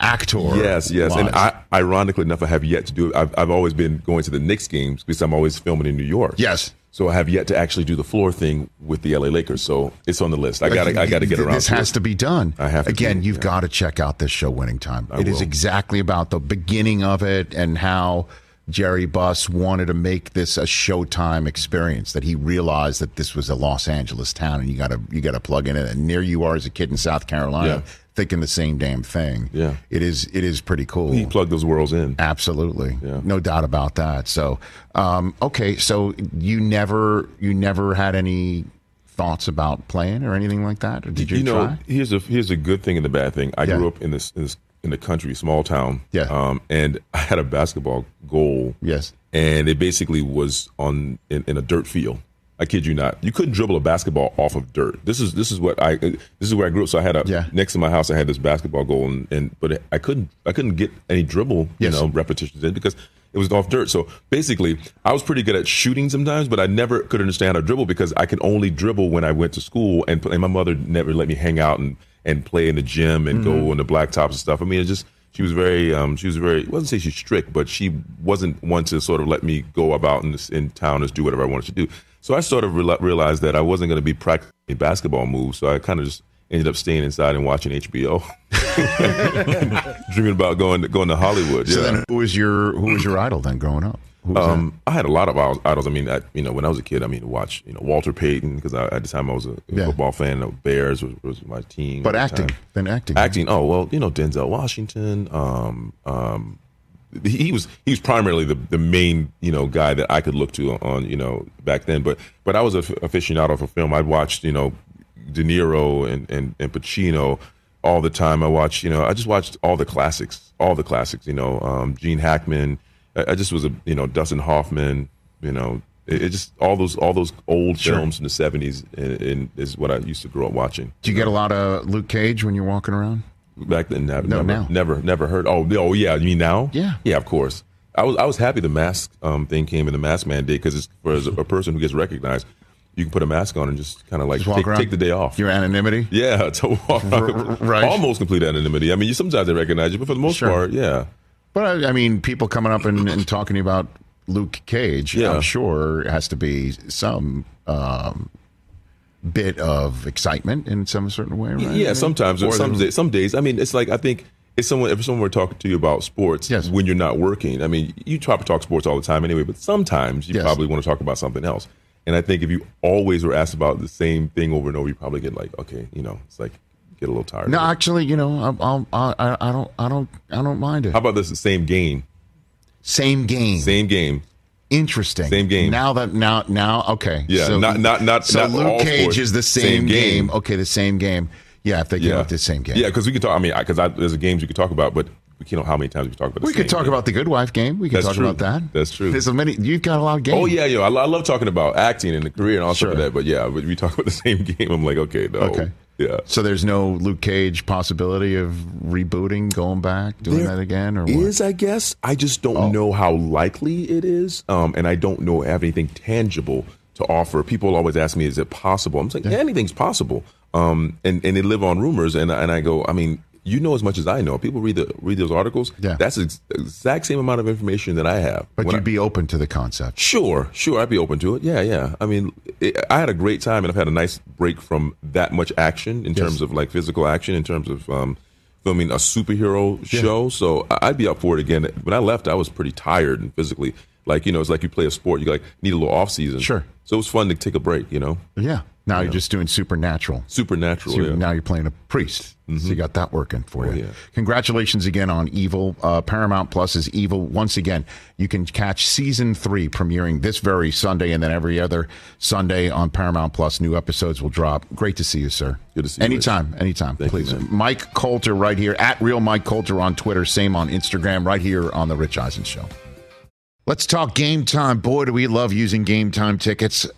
Speaker 2: actor.
Speaker 9: Yes, yes. And
Speaker 2: wise.
Speaker 9: I, ironically enough, I have yet to do it. I've, I've always been going to the Knicks games because I'm always filming in New York.
Speaker 2: yes.
Speaker 9: So I have yet to actually do the floor thing with the LA Lakers. So it's on the list. I
Speaker 2: Like,
Speaker 9: got to I got to get around.
Speaker 2: This has
Speaker 9: it.
Speaker 2: to be done.
Speaker 9: I have to
Speaker 2: Again,
Speaker 9: do it,
Speaker 2: you've
Speaker 9: yeah.
Speaker 2: got to check out this show, Winning Time. It is
Speaker 9: will.
Speaker 2: exactly about the beginning of it and how Jerry Buss wanted to make this a Showtime experience. That he realized that this was a Los Angeles town, and you got to you got to plug in it. And there you are as a kid in South Carolina,
Speaker 9: Yeah.
Speaker 2: thinking the same damn thing.
Speaker 9: Yeah.
Speaker 2: it is. It is pretty cool.
Speaker 9: You plug those worlds in.
Speaker 2: Absolutely,
Speaker 9: Yeah.
Speaker 2: no doubt about that. So, um, okay, so you never you never had any thoughts about playing or anything like that, or did you,
Speaker 9: you know,
Speaker 2: try?
Speaker 9: here's a here's a good thing and a bad thing. I
Speaker 2: Yeah.
Speaker 9: grew up in this, in this in the country, small town.
Speaker 2: Yeah.
Speaker 9: Um, and I had a basketball goal.
Speaker 2: Yes.
Speaker 9: And it basically was on in, in a dirt field. I kid you not. You couldn't dribble a basketball off of dirt. This is this is what I this is where I grew up. So I had a
Speaker 2: Yeah.
Speaker 9: next to my house. I had this basketball goal, and, and but I couldn't I couldn't get any dribble
Speaker 2: Yes.
Speaker 9: you know repetitions in because it was off dirt. So basically, I was pretty good at shooting sometimes, but I never could understand how to dribble because I could only dribble when I went to school, and, and my mother never let me hang out and and play in the gym and go on the blacktops and stuff. I mean, it just she was very um, she was very I wasn't say she's strict, but she wasn't one to sort of let me go about in this in town and do whatever I wanted to do. So I sort of reala- realized that I wasn't going to be practicing basketball moves. So I kind of just ended up staying inside and watching HBO, dreaming about going to, going to Hollywood.
Speaker 2: So
Speaker 9: yeah.
Speaker 2: then, who was your who was your idol then growing up? Who was that?
Speaker 9: Um, I had a lot of idols- idols. I mean, I, you know, when I was a kid, I mean, watch you know Walter Payton because at the time I was a
Speaker 2: Yeah.
Speaker 9: football fan. The Bears was, was my team.
Speaker 2: But
Speaker 9: at the
Speaker 2: acting,
Speaker 9: time.
Speaker 2: then acting,
Speaker 9: acting. Oh well, you know Denzel Washington. Um, um, he, he was he was primarily the, the main you know guy that I could look to on you know back then. But but I was a f- aficionado for film. I watched you know De Niro and and, and Pacino all the time. I watched you know I just watched all the classics, all the classics. You know um, Gene Hackman. I, I just was a you know Dustin Hoffman. You know. It, it just all those all those old films from the seventies and, and is what I used to grow up watching
Speaker 2: Do you get a lot of Luke Cage when you're walking around?
Speaker 9: back then never,
Speaker 2: No,
Speaker 9: never,
Speaker 2: now.
Speaker 9: never never heard oh no, oh yeah you mean now
Speaker 2: Yeah.
Speaker 9: yeah of course i was i was happy the mask um thing came and the mask mandate because it's for as a, a person who gets recognized you can put a mask on and just kind of like
Speaker 2: Just walk
Speaker 9: take,
Speaker 2: around.
Speaker 9: take the day off
Speaker 2: Your anonymity.
Speaker 9: yeah to walk
Speaker 2: right.
Speaker 9: almost complete anonymity i mean you sometimes they recognize you but for the most
Speaker 2: Sure.
Speaker 9: part yeah
Speaker 2: But I, I mean, people coming up and, and talking to you about Luke Cage,
Speaker 9: Yeah.
Speaker 2: I'm sure has to be some um, bit of excitement in some certain way, right? I
Speaker 9: Yeah,
Speaker 2: mean,
Speaker 9: sometimes.
Speaker 2: or
Speaker 9: some,
Speaker 2: than-
Speaker 9: day, some days. I mean, it's like I think if someone if someone were talking to you about sports
Speaker 2: Yes.
Speaker 9: when you're not working, I mean, you try to talk sports all the time anyway, but sometimes you
Speaker 2: Yes.
Speaker 9: probably want to talk about something else. And I think if you always were asked about the same thing over and over, you probably get like, okay, you know, it's like get a little tired.
Speaker 2: No,
Speaker 9: of it.
Speaker 2: actually, you know, I'm, I'm, I, I don't, I don't, I don't mind it.
Speaker 9: How about this the same game?
Speaker 2: Same game,
Speaker 9: Same game.
Speaker 2: interesting.
Speaker 9: same game.
Speaker 2: Now that now now okay.
Speaker 9: Yeah, not- not- not-
Speaker 2: so
Speaker 9: not
Speaker 2: Luke
Speaker 9: all
Speaker 2: Cage
Speaker 9: sports.
Speaker 2: is the same,
Speaker 9: Same
Speaker 2: game.
Speaker 9: game.
Speaker 2: Okay, the same game. Yeah, if they came
Speaker 9: Yeah,
Speaker 2: up with the same game.
Speaker 9: Yeah, because we could talk. I mean, because I, there's games we could talk about, but we can't know how many times we can talk about. The
Speaker 2: we could
Speaker 9: same
Speaker 2: talk
Speaker 9: game.
Speaker 2: about the Good Wife game. We could
Speaker 9: That's
Speaker 2: talk
Speaker 9: true.
Speaker 2: about that.
Speaker 9: That's true.
Speaker 2: There's a many. You've got a lot of games.
Speaker 9: Oh yeah, yo, I, lo- I love talking about acting and the career and all
Speaker 2: Sure.
Speaker 9: stuff like that. But yeah, but we talk about the same game. I'm like, okay, no,
Speaker 2: Okay.
Speaker 9: yeah.
Speaker 2: So there's no Luke Cage possibility of rebooting, going back, doing
Speaker 9: There
Speaker 2: that again, or what?
Speaker 9: is, I guess. I just don't know how likely it is, um, and I don't know have anything tangible to offer. People always ask me, "Is it possible?" I'm just like, "Yeah, anything's possible." Um, and and they live on rumors, and I- and I go, I mean, You know as much as I know. People read the read those articles.
Speaker 2: Yeah.
Speaker 9: That's the ex- exact same amount of information that I have.
Speaker 2: But
Speaker 9: When
Speaker 2: you'd
Speaker 9: I-
Speaker 2: be open to the concept.
Speaker 9: Sure, sure, I'd be open to it. Yeah, yeah. I mean, it, I had a great time, and I've had a nice break from that much action in terms of like physical action, in terms of um, filming a superhero show. So I- I'd be up for it again. When I left, I was pretty tired and physically, like you know, it's like you play a sport, you like need a little off season.
Speaker 2: Sure.
Speaker 9: So it was fun to take a break, you know.
Speaker 2: Yeah. Now you're just doing supernatural.
Speaker 9: Supernatural.
Speaker 2: So you-
Speaker 9: yeah. Mm-hmm.
Speaker 2: now you're playing a priest. So you got that working for you.
Speaker 9: yeah.
Speaker 2: Congratulations again on Evil. Uh, Paramount Plus is Evil. Once again, you can catch season three premiering this very Sunday and then every other Sunday on Paramount Plus. New episodes will drop. Great to see you, sir.
Speaker 9: Good to see you,
Speaker 2: Anytime, anytime,
Speaker 9: Thank you,
Speaker 2: please.
Speaker 9: man.
Speaker 2: Mike Coulter right here, at Real Mike Coulter on Twitter, same on Instagram, right here on The Rich Eisen Show. Let's talk game time. Boy, do we love using game time tickets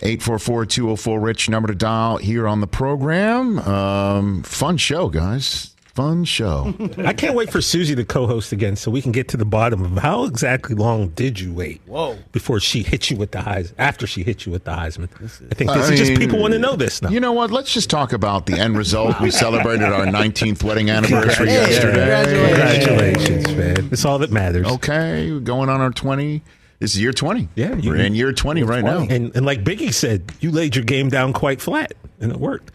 Speaker 2: 844-204-RICH, number to dial here on the program. Um, fun show, guys. Fun show.
Speaker 7: I can't wait for Susie to co-host again, so we can get to the bottom of how exactly long did you wait?
Speaker 4: Whoa.
Speaker 7: Before she hit you with the Heisman, after she hit you with the Heisman, I think
Speaker 2: I
Speaker 7: this is just
Speaker 2: mean,
Speaker 7: people want to know this now.
Speaker 2: You know what? Let's just talk about the end result. We celebrated our 19th wedding anniversary
Speaker 7: Hey,
Speaker 2: yesterday.
Speaker 7: Congratulations, man! That's all that matters.
Speaker 2: Okay, we're going on our 20. This is year 20.
Speaker 7: Yeah, you-
Speaker 2: we're in year 20 right now.
Speaker 7: And and like Biggie said, you laid your game down quite flat, and it worked.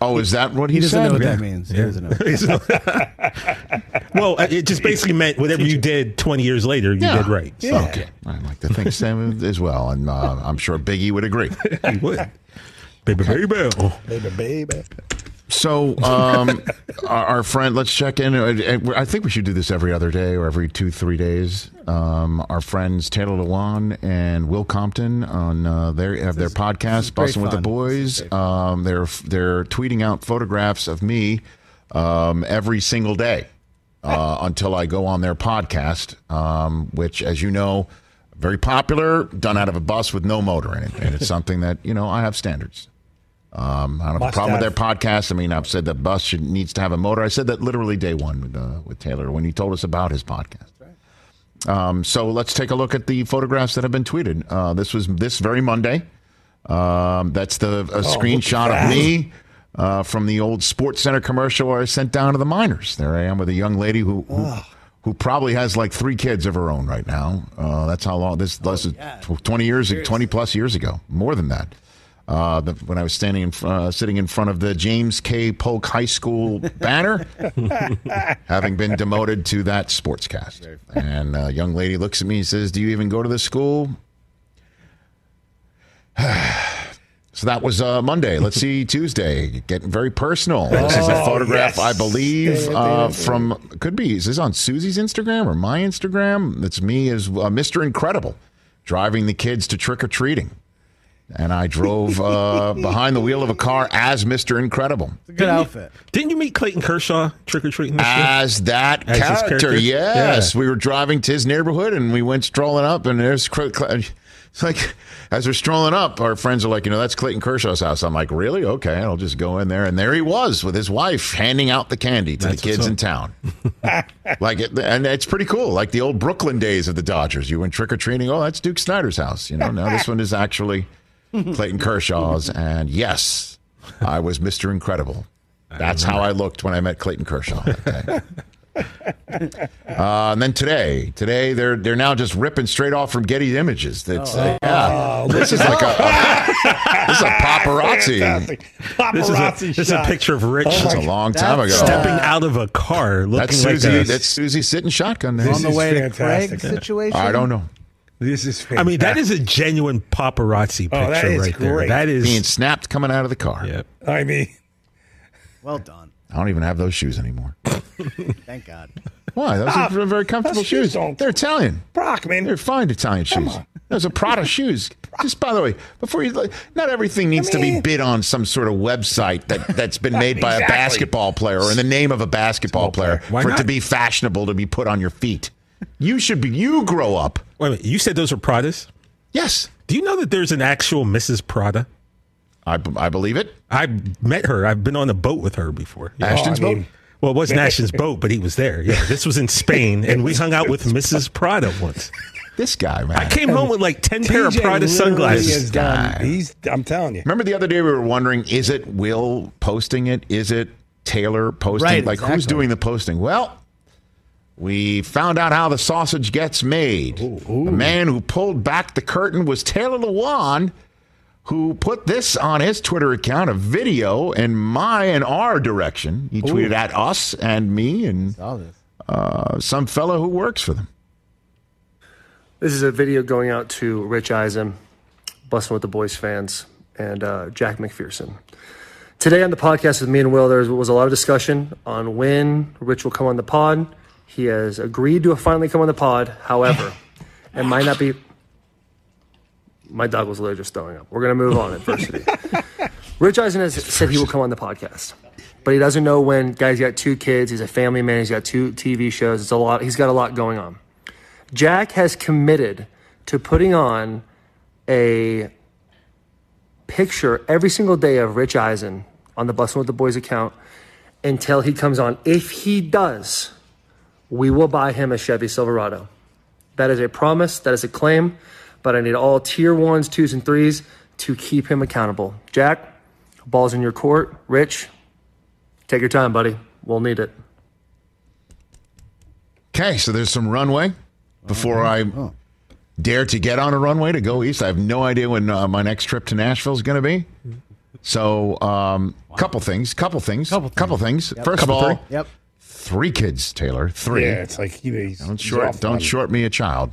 Speaker 2: Oh, is that what he,
Speaker 4: He doesn't
Speaker 2: said?
Speaker 4: know what that means. He doesn't know.
Speaker 7: well, it just basically meant whatever you did 20 years later, you
Speaker 2: Yeah.
Speaker 7: did right. So,
Speaker 2: Okay, I like to think Sam as well, and uh, I'm sure Biggie would agree.
Speaker 7: You would. Baby, baby, baby.
Speaker 3: Baby, baby.
Speaker 2: So, um, our, our friend, let's check in. Uh, uh, I think we should do this every other day or every two, three days. Um, our friends Taylor Lewan and Will Compton on uh, their have their
Speaker 4: this is
Speaker 2: podcast,
Speaker 4: great
Speaker 2: Busting with the
Speaker 4: fun. This is
Speaker 2: Boys. Um, they're they're tweeting out photographs of me um, every single day uh, until I go on their podcast, um, which, as you know, very popular, done out of a bus with no motor in it, and it's something that you know I have standards. Um, I don't have a
Speaker 3: Must
Speaker 2: problem with
Speaker 3: have.
Speaker 2: their podcast. I mean, I've said that bus should, needs to have a motor. I said that literally day one with, uh, with Taylor when he told us about his podcast. Um, so let's take a look at the photographs that have been tweeted. Uh, this was this very Monday. Um, that's
Speaker 3: Oh,
Speaker 2: the a screenshot of me uh, from the old Sports Center commercial where I sent down to the minors. There I am with a young lady who who, who probably has like three kids of her own right now. Uh, that's how long this
Speaker 3: Oh,
Speaker 2: this is tw- twenty years, twenty plus years ago, more than that. Uh, the, when I was standing in, fr- uh, sitting in front of the James K. Polk High School banner, having been demoted to that sportscast, and a young lady looks at me and says, "Do you even go to this school?" So that was uh, Monday. Let's see Tuesday. Getting very personal.
Speaker 7: Oh,
Speaker 2: This is a photograph,
Speaker 3: yes.
Speaker 2: I believe, uh, from could be. Is this on Susie's Instagram or my Instagram? That's me as uh, Mr. Incredible, driving the kids to trick or treating. and I drove uh, behind the wheel of a car as Mr. Incredible.
Speaker 7: Good outfit. didn't you meet Clayton Kershaw trick or treating this year?
Speaker 2: As that
Speaker 7: As his
Speaker 2: character,
Speaker 7: character?
Speaker 2: yes. We were driving to his neighborhood and we went strolling up, and there's Cl- Cl- it's like as we're strolling up, our friends are like, you know, that's Clayton Kershaw's house. I'm like, really? Okay, I'll just go in there, and there he was with his wife handing out the candy to
Speaker 7: That's
Speaker 2: the
Speaker 7: what's
Speaker 2: kids in
Speaker 7: up.
Speaker 2: town. like, it, and it's pretty cool. Like the old Brooklyn days of the Dodgers. You went trick or treating. Oh, that's Duke Snyder's house. You know, now this one is actually Clayton Kershaw's, and yes, I was Mr. Incredible. That's how I looked when I met Clayton Kershaw. that day. Uh, and then today, today they're they're now just ripping straight off from Getty Images. That's
Speaker 7: Oh,
Speaker 2: uh, yeah. This is like a, a- this is a paparazzi.
Speaker 7: This is a, this is a picture of Rich.
Speaker 2: That's a long time ago.
Speaker 7: Stepping out of a car, looking
Speaker 2: That's
Speaker 7: like
Speaker 2: Susie.
Speaker 7: a-
Speaker 2: that's Susie sitting shotgun there.
Speaker 7: On the This is way to
Speaker 4: fantastic. Craig situation?
Speaker 2: I don't know.
Speaker 3: This is
Speaker 7: I mean, that is a genuine paparazzi picture
Speaker 3: Oh, that is
Speaker 7: right there.
Speaker 3: great.
Speaker 7: That is
Speaker 2: being snapped coming out of the car. Yep.
Speaker 3: I mean,
Speaker 4: Well done.
Speaker 2: I don't even have those shoes anymore.
Speaker 4: Thank God.
Speaker 2: Why? Those
Speaker 3: Ah,
Speaker 2: are very comfortable
Speaker 3: those shoes
Speaker 2: shoes. They're Italian.
Speaker 3: Brock, man.
Speaker 2: They're fine Italian shoes. Those are Prada shoes. Just by the way, before you, not everything needs to be bid on some sort of website that, that's been made by a
Speaker 3: Exactly.
Speaker 2: basketball player or in the name of a basketball player
Speaker 7: Why
Speaker 2: for it to
Speaker 7: not?
Speaker 2: be fashionable to be put on your feet. You should be, you grow up.
Speaker 7: Wait a minute. You said those are Pradas?
Speaker 2: Yes.
Speaker 7: Do you know that there's an actual Mrs. Prada?
Speaker 2: I, I believe it.
Speaker 7: I met her. I've been on a boat with her before.
Speaker 2: Ashton's
Speaker 7: Oh, I
Speaker 2: boat?
Speaker 7: mean- Well, it wasn't Ashton's boat, but he was there. Yeah, this was in Spain, and we hung out with Mrs. Prada once.
Speaker 2: This guy, man.
Speaker 7: I came home with like ten pair of
Speaker 3: TJ
Speaker 7: Prada
Speaker 3: literally
Speaker 7: sunglasses.
Speaker 3: is done. He's, I'm telling you.
Speaker 2: Remember the other day we were wondering is it Will posting it? Is it Taylor posting?
Speaker 4: Right,
Speaker 2: like who's
Speaker 4: exactly.
Speaker 2: doing the posting? Well, we found out how the sausage gets made. The man who pulled back the curtain was Taylor Lewan, who put this on his Twitter account, a video in my and our direction. He tweeted at us and me and uh, some fellow who works for them.
Speaker 6: This is a video going out to Rich Eisen, Bustin' with the Boys fans, and uh, Jack McPherson. Today on the podcast with me and Will, there was a lot of discussion on when Rich will come on the pod. He has agreed to finally come on the pod. However, it might not be. My dog was literally just throwing up. We're going to move on. Adversity. Rich Eisen has said he will come on the podcast, but he doesn't know when. Guys, got two kids. He's a family man. He's got two TV shows. It's a lot. He's got a lot going on. Jack has committed to putting on a picture every single day of Rich Eisen on the Bustin' with the Boys account until he comes on. If he does, we will buy him a Chevy Silverado. That is a promise, that is a claim, but I need all tier ones, twos, and threes to keep him accountable. Jack, ball's in your court. Rich, take your time, buddy. We'll need it.
Speaker 2: Okay, so there's some runway before I dare to get on a runway to go east. I have no idea when uh, my next trip to Nashville is going to be. So, um, couple things, couple things, couple things. First
Speaker 7: Couple
Speaker 2: of all,
Speaker 7: three.
Speaker 4: Yep.
Speaker 2: three kids, Taylor, three.
Speaker 3: Yeah, it's like he, he's
Speaker 2: Don't
Speaker 3: he's
Speaker 2: short,
Speaker 3: off
Speaker 2: don't
Speaker 3: on-
Speaker 2: short me a child.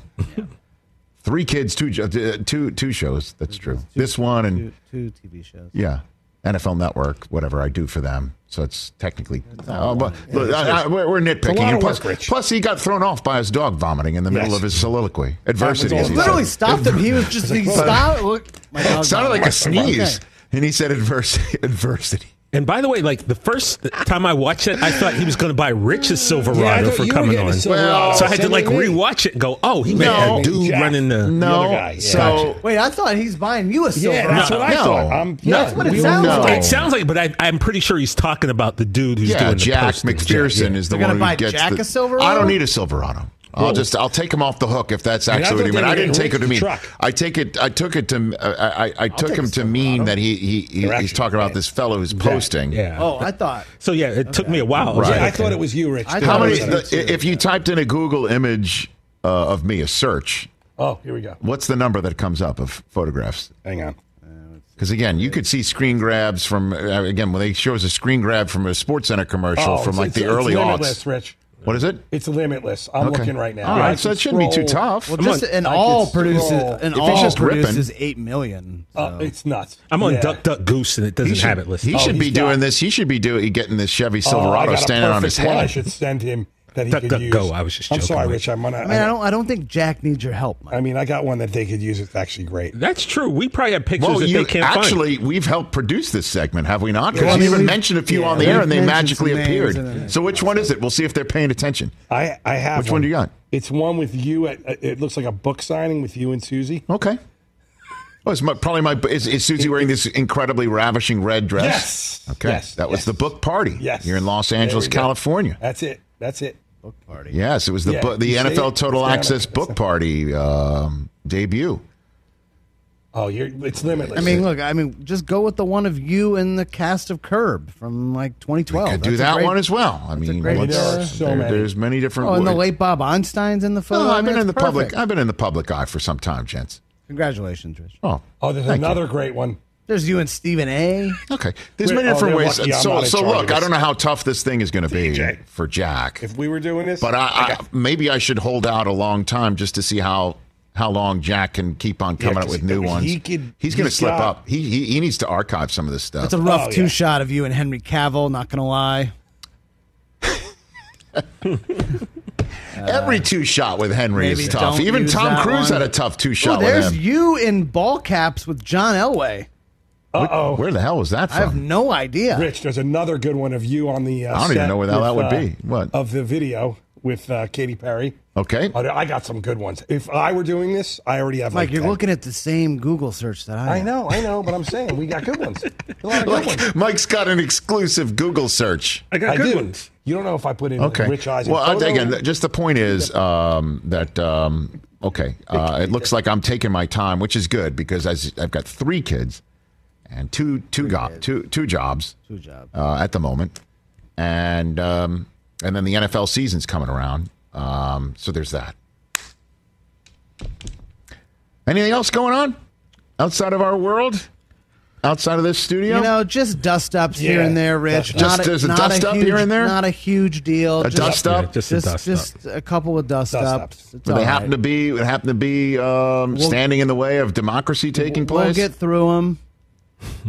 Speaker 2: three kids, two, jo- uh, two, two shows. That's true. this one and
Speaker 4: Two, two TV shows.
Speaker 2: yeah. NFL Network, whatever I do for them. So it's technically. Oh, but, look, I- I- we're we're nitpicking.
Speaker 3: lot
Speaker 2: And
Speaker 3: of
Speaker 2: plus,
Speaker 3: work, Rich.
Speaker 2: plus, he got thrown off by his dog vomiting in the middle
Speaker 3: Yes.
Speaker 2: of his soliloquy. Adversity. as he
Speaker 4: Literally
Speaker 2: said.
Speaker 4: stopped him. He was just he stopped. Look, my
Speaker 2: It
Speaker 4: dog
Speaker 2: sounded like a
Speaker 4: died.
Speaker 2: sneeze. And he said adversity. adversity.
Speaker 7: And by the way, like the first time I watched it, I thought he was going to buy Rich's Silverado
Speaker 3: Yeah, I thought
Speaker 7: for
Speaker 3: you were
Speaker 7: coming
Speaker 3: getting
Speaker 7: on.
Speaker 3: a Silverado.
Speaker 2: Well,
Speaker 7: so I had to
Speaker 3: same
Speaker 7: like
Speaker 3: with me.
Speaker 7: rewatch it and go, oh, he meant
Speaker 2: No.
Speaker 7: that dude
Speaker 3: Jack.
Speaker 7: running the.
Speaker 2: No.
Speaker 3: guy, yeah.
Speaker 2: So
Speaker 4: Wait, I thought he's buying you a
Speaker 3: Yeah,
Speaker 4: silver.
Speaker 3: that's what I
Speaker 2: No.
Speaker 3: thought. I'm,
Speaker 2: No.
Speaker 3: yeah,
Speaker 4: That's what it
Speaker 3: we-
Speaker 4: sounds
Speaker 2: No.
Speaker 4: like.
Speaker 7: It sounds like, but I, I'm pretty sure he's talking about the dude who's
Speaker 2: yeah,
Speaker 7: doing the
Speaker 2: Jack
Speaker 7: posting.
Speaker 2: McPherson
Speaker 7: Yeah.
Speaker 2: is the
Speaker 4: They're
Speaker 2: one
Speaker 4: gonna
Speaker 2: who
Speaker 4: buy
Speaker 2: gets
Speaker 4: Jack
Speaker 2: the,
Speaker 4: a Silverado?
Speaker 2: I don't need a Silverado. I'll just I'll take him off the hook if that's actually what
Speaker 3: thought
Speaker 2: he meant.
Speaker 3: they were
Speaker 2: I didn't
Speaker 3: getting
Speaker 2: take it to
Speaker 3: Rich's
Speaker 2: mean.
Speaker 3: truck.
Speaker 2: I take it. I took it to. I I, I took
Speaker 4: take
Speaker 2: him
Speaker 4: a
Speaker 2: to mean
Speaker 4: Silverado.
Speaker 2: that he, he, he
Speaker 3: They're
Speaker 2: he's
Speaker 3: actually
Speaker 2: talking about
Speaker 3: bad.
Speaker 2: this fellow who's posting.
Speaker 7: Yeah.
Speaker 4: Oh, I thought.
Speaker 7: So yeah, it took me a while. I was
Speaker 3: Yeah,
Speaker 7: like,
Speaker 3: I
Speaker 7: okay.
Speaker 3: thought it was you, Rich.
Speaker 4: I
Speaker 3: too.
Speaker 2: How
Speaker 4: thought
Speaker 2: many?
Speaker 4: it
Speaker 2: The, if you typed in a Google image uh, of me, a search,
Speaker 3: Oh, here we go.
Speaker 2: what's the number that comes up of photographs?
Speaker 3: Hang on.
Speaker 2: Because again, you could see screen grabs from uh, again when they show us a screen grab from a Sports Center commercial
Speaker 3: Oh,
Speaker 2: from
Speaker 3: it's-
Speaker 2: like the
Speaker 3: it's-
Speaker 2: early
Speaker 3: it's
Speaker 2: aughts.
Speaker 3: limitless, Rich.
Speaker 2: What is it?
Speaker 3: It's limitless. I'm
Speaker 2: Okay.
Speaker 3: looking right now.
Speaker 2: All
Speaker 3: I
Speaker 2: right, so
Speaker 3: can
Speaker 2: it shouldn't be too
Speaker 3: scroll-
Speaker 2: tough.
Speaker 4: Well, just
Speaker 3: on,
Speaker 4: an
Speaker 3: I
Speaker 4: all
Speaker 3: could
Speaker 4: produces
Speaker 3: scroll.
Speaker 4: an
Speaker 3: If
Speaker 2: he's
Speaker 4: all
Speaker 2: just ripping-
Speaker 4: produces eight million.
Speaker 3: Uh, it's nuts.
Speaker 7: I'm on
Speaker 3: Yeah.
Speaker 7: Duck Duck Goose and it doesn't
Speaker 2: He should,
Speaker 7: have it listed.
Speaker 2: he
Speaker 3: Oh,
Speaker 2: should be
Speaker 3: he's got-
Speaker 2: doing this. He should be doing getting this Chevy
Speaker 3: Oh, I
Speaker 2: Silverado
Speaker 3: got a
Speaker 2: standing on his
Speaker 3: perfect one I
Speaker 2: head.
Speaker 3: should send him. that he
Speaker 7: Duck,
Speaker 3: could
Speaker 7: duck,
Speaker 3: use.
Speaker 7: go. I was just
Speaker 3: I'm
Speaker 7: joking
Speaker 3: sorry,
Speaker 7: with
Speaker 3: Rich.
Speaker 7: you.
Speaker 3: I'm on.
Speaker 7: I
Speaker 4: Man, I don't. I don't think Jack needs your help.
Speaker 3: I mean, I got one that they could use. It's actually great.
Speaker 7: That's true. We probably have pictures
Speaker 2: well,
Speaker 7: that
Speaker 2: you,
Speaker 7: they can't find.
Speaker 2: actually, we've helped produce this segment, have we not? Because
Speaker 3: Well, I
Speaker 2: you
Speaker 3: mean,
Speaker 2: even
Speaker 3: we've-
Speaker 2: mentioned a few
Speaker 3: yeah,
Speaker 2: on the air
Speaker 3: we've
Speaker 2: and they
Speaker 3: mentioned
Speaker 2: magically
Speaker 3: some names and
Speaker 2: appeared.
Speaker 3: everything.
Speaker 2: So which one is it? We'll see if they're paying attention.
Speaker 3: I I have.
Speaker 2: Which one do you got?
Speaker 3: It's one with you. At uh, it looks like a book signing with you and Susie.
Speaker 2: Okay. Oh, it's my, probably my. Is, is Susie wearing this incredibly ravishing red dress?
Speaker 3: Yes.
Speaker 2: Okay.
Speaker 3: Yes.
Speaker 2: That was the book party.
Speaker 3: Yes.
Speaker 2: Here in Los Angeles,
Speaker 3: There we go.
Speaker 2: California.
Speaker 3: That's it. That's it. Book party.
Speaker 2: Yes, it was the
Speaker 3: Yeah,
Speaker 2: bu- the
Speaker 3: you see it?
Speaker 2: NFL Total
Speaker 3: It's down
Speaker 2: Access
Speaker 3: there.
Speaker 2: book party um, debut.
Speaker 3: Oh, you're. It's limitless.
Speaker 4: I mean, look. I mean, just go with the one of you in the cast of Curb from like
Speaker 3: Oh,
Speaker 4: 2012.
Speaker 2: Could do
Speaker 4: That's a
Speaker 2: that
Speaker 4: great-
Speaker 2: one as well. I mean,
Speaker 4: great
Speaker 2: what's-
Speaker 4: idea. There are so
Speaker 2: there-
Speaker 4: many.
Speaker 2: there's many different.
Speaker 4: Oh, and the
Speaker 2: ways.
Speaker 4: late Bob Einstein's in the photo.
Speaker 2: No,
Speaker 4: I
Speaker 2: I've
Speaker 4: mean,
Speaker 2: been in the
Speaker 4: it's
Speaker 2: public.
Speaker 4: perfect.
Speaker 2: I've been in the public eye for some time, gents.
Speaker 4: Congratulations, Rich.
Speaker 2: Oh,
Speaker 3: Oh, there's
Speaker 2: thank you.
Speaker 3: another great one.
Speaker 4: There's you and Stephen A.
Speaker 2: Okay, there's
Speaker 3: Wait,
Speaker 2: many
Speaker 3: oh,
Speaker 2: different
Speaker 3: they're
Speaker 2: ways.
Speaker 3: lucky I'm
Speaker 2: so,
Speaker 3: not in
Speaker 2: so
Speaker 3: charge
Speaker 2: look,
Speaker 3: of
Speaker 2: I
Speaker 3: this.
Speaker 2: don't know how tough this thing is going to be for Jack,
Speaker 3: If we were doing this,
Speaker 2: but I, I, maybe I should hold out a long time just to see how how long Jack can keep on coming up
Speaker 3: 'cause
Speaker 2: with
Speaker 3: he-
Speaker 2: new
Speaker 3: he
Speaker 2: ones.
Speaker 3: could-
Speaker 2: he's going to
Speaker 3: he's
Speaker 2: slip
Speaker 3: got-
Speaker 2: up. He, he he needs to archive some of this stuff.
Speaker 4: That's a rough
Speaker 3: Oh, yeah.
Speaker 4: two shot of you and Henry Cavill. Not gonna lie.
Speaker 2: Every two shot with Henry
Speaker 4: Uh, maybe
Speaker 2: is tough.
Speaker 4: don't
Speaker 2: Even
Speaker 4: use
Speaker 2: Tom
Speaker 4: that
Speaker 2: Cruise
Speaker 4: one.
Speaker 2: had a tough two
Speaker 4: Oh,
Speaker 2: shot with
Speaker 4: there's
Speaker 2: him.
Speaker 4: you in ball caps with John Elway.
Speaker 3: Uh oh.
Speaker 2: Where the hell was that
Speaker 4: I have
Speaker 2: from?
Speaker 4: no idea.
Speaker 3: Rich, there's another good one of you on the.
Speaker 2: I
Speaker 3: Uh,
Speaker 2: don't even
Speaker 3: set
Speaker 2: know where the hell
Speaker 3: with,
Speaker 2: that would
Speaker 3: uh,
Speaker 2: be. What?
Speaker 3: of the video with uh, Katy Perry?
Speaker 2: Okay.
Speaker 3: Oh, I got some good ones. If I were doing this, I already have.
Speaker 4: Mike,
Speaker 3: like
Speaker 4: you're
Speaker 3: 10.
Speaker 4: looking at the same Google search that I.
Speaker 3: I
Speaker 4: am.
Speaker 3: know, I know, but I'm saying we got good ones. A lot of good ones.
Speaker 2: Like, Mike's got an exclusive Google search.
Speaker 7: I got
Speaker 3: I
Speaker 7: good
Speaker 3: do.
Speaker 7: ones.
Speaker 3: You don't know if I put in
Speaker 2: Okay.
Speaker 3: Rich Eisen.
Speaker 2: Well, I-
Speaker 3: photo.
Speaker 2: again, th- just the point is um, that um, okay, uh, it looks like I'm taking my time, which is good because as- I've got three kids and two two go- two two jobs
Speaker 4: Two jobs.
Speaker 2: uh, at the moment, and um, and then the NFL season's coming around, um, so there's that. Anything else going on outside of our world? Outside of this studio?
Speaker 4: You know, just dust ups here
Speaker 3: Yeah,
Speaker 4: and there, Rich.
Speaker 3: dust-ups.
Speaker 4: Not
Speaker 2: Just- there's a
Speaker 4: not
Speaker 2: dust-up
Speaker 4: huge-
Speaker 2: here and there?
Speaker 4: Not a huge deal.
Speaker 2: a
Speaker 4: Just-
Speaker 2: dust
Speaker 7: Yeah,
Speaker 2: up?
Speaker 7: just a
Speaker 4: Just,
Speaker 7: dust
Speaker 4: just
Speaker 7: up.
Speaker 4: a couple of dust,
Speaker 3: Dust-ups.
Speaker 4: ups. It's
Speaker 2: But
Speaker 4: all
Speaker 2: they happen
Speaker 4: right.
Speaker 2: to be it happen to be um, standing in the way of democracy taking
Speaker 4: We'll
Speaker 2: place.
Speaker 4: get through them.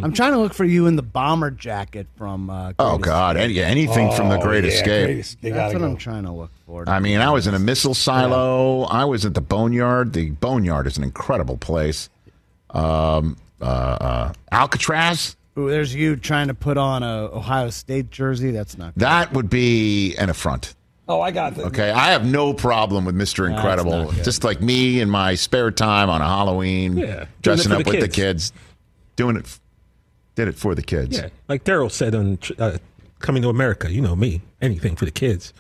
Speaker 4: I'm trying to look for you in the bomber jacket from. Uh,
Speaker 2: oh
Speaker 4: Greatest-
Speaker 2: God! Any, anything from the
Speaker 3: Oh,
Speaker 2: Great
Speaker 3: yeah,
Speaker 2: Escape.
Speaker 3: Great Escape.
Speaker 4: That's
Speaker 3: Gotta
Speaker 4: what
Speaker 3: go.
Speaker 4: I'm trying to look for.
Speaker 2: I mean, I was in a missile silo. I was at the Boneyard. The Boneyard is an incredible place. Um, uh, uh, Alcatraz.
Speaker 4: Ooh, there's you trying to put on a Ohio State jersey. That's not. good.
Speaker 2: That would be an affront.
Speaker 3: Oh, I got the,
Speaker 2: Okay, I have no problem with Mister Incredible. Just like me in my spare time on a Halloween,
Speaker 7: Yeah, doing it
Speaker 2: dressing
Speaker 7: for
Speaker 2: up
Speaker 7: the
Speaker 2: with the kids, doing it, f- did it for the kids.
Speaker 7: Yeah, like Daryl said on uh, Coming to America. You know me. Anything for the kids.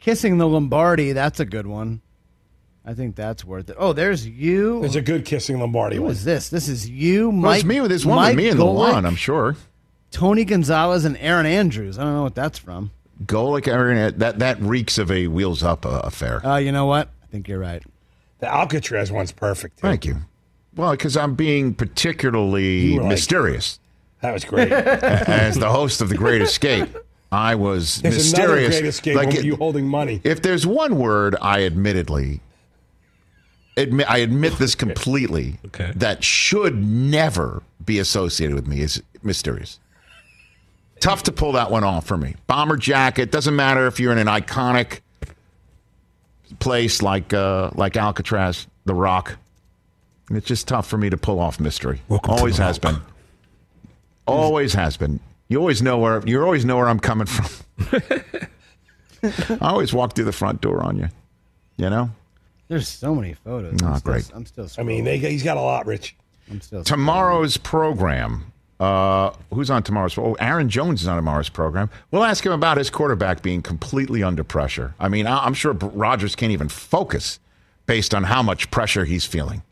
Speaker 4: Kissing the Lombardi. That's a good one. I think that's worth it. Oh, there's you.
Speaker 3: there's a good kissing Lombardi
Speaker 4: Who
Speaker 3: one.
Speaker 4: is this? This is you, Mike.
Speaker 2: Well, it's me with this one
Speaker 4: Mike
Speaker 2: with me in the
Speaker 4: Golick,
Speaker 2: lawn. I'm sure.
Speaker 4: Tony Gonzalez and Aaron Andrews. I don't know what that's from.
Speaker 2: Golic, Aaron, that that reeks of a wheels up uh, affair.
Speaker 4: Uh, you know what? I think you're right.
Speaker 3: The Alcatraz one's perfect. too.
Speaker 2: Thank you. Well, because I'm being particularly
Speaker 3: You were like-
Speaker 2: mysterious
Speaker 3: That was great.
Speaker 2: as the host of the Great Escape. I was
Speaker 3: There's another
Speaker 2: mysterious.
Speaker 3: Great Escape
Speaker 2: Like
Speaker 3: one with
Speaker 2: it-
Speaker 3: you holding money.
Speaker 2: if there's one word I admittedly admit, I admit this completely
Speaker 7: Okay.
Speaker 2: that should never be associated with me is mysterious. Tough to pull that one off for me. Bomber jacket doesn't matter if you're in an iconic place like uh, like Alcatraz, The Rock. It's just tough for me to pull off mystery.
Speaker 7: Welcome to
Speaker 2: always
Speaker 7: The
Speaker 2: has
Speaker 7: Rock.
Speaker 2: been. Always has been. You always know where you always know where I'm coming from. I always walk through the front door on you. You know?
Speaker 4: There's so many photos.
Speaker 2: Ah,
Speaker 4: I'm still,
Speaker 2: great.
Speaker 4: I'm still.
Speaker 3: I mean,
Speaker 4: scrolling.
Speaker 3: they, he's got a lot, Rich.
Speaker 4: I'm still.
Speaker 2: Tomorrow's program. Uh, who's on tomorrow's? Oh, Aaron Jones is on tomorrow's program. We'll ask him about his quarterback being completely under pressure. I mean, I- I'm sure Rodgers can't even focus based on how much pressure he's feeling.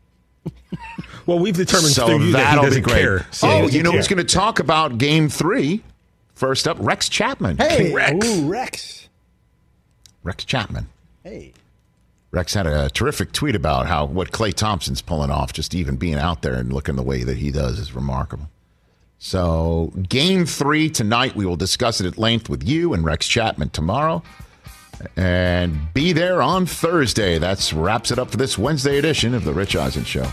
Speaker 7: Well, we've determined
Speaker 2: so
Speaker 7: through you that he
Speaker 2: that'll be
Speaker 7: doesn't
Speaker 2: great.
Speaker 7: care.
Speaker 2: oh,
Speaker 3: he
Speaker 2: you
Speaker 3: doesn't
Speaker 2: know who's
Speaker 3: care.
Speaker 2: going to talk about Game Three? First up, Rex Chapman.
Speaker 4: Hey,
Speaker 7: Rex.
Speaker 3: Ooh, Rex.
Speaker 2: Rex Chapman.
Speaker 4: hey.
Speaker 2: Rex had a terrific tweet about how what Clay Thompson's pulling off, just even being out there and looking the way that he does is remarkable. So, game three tonight, we will discuss it at length with you and Rex Chapman tomorrow. And be there on Thursday. That's wraps it up for this Wednesday edition of The Rich Eisen Show.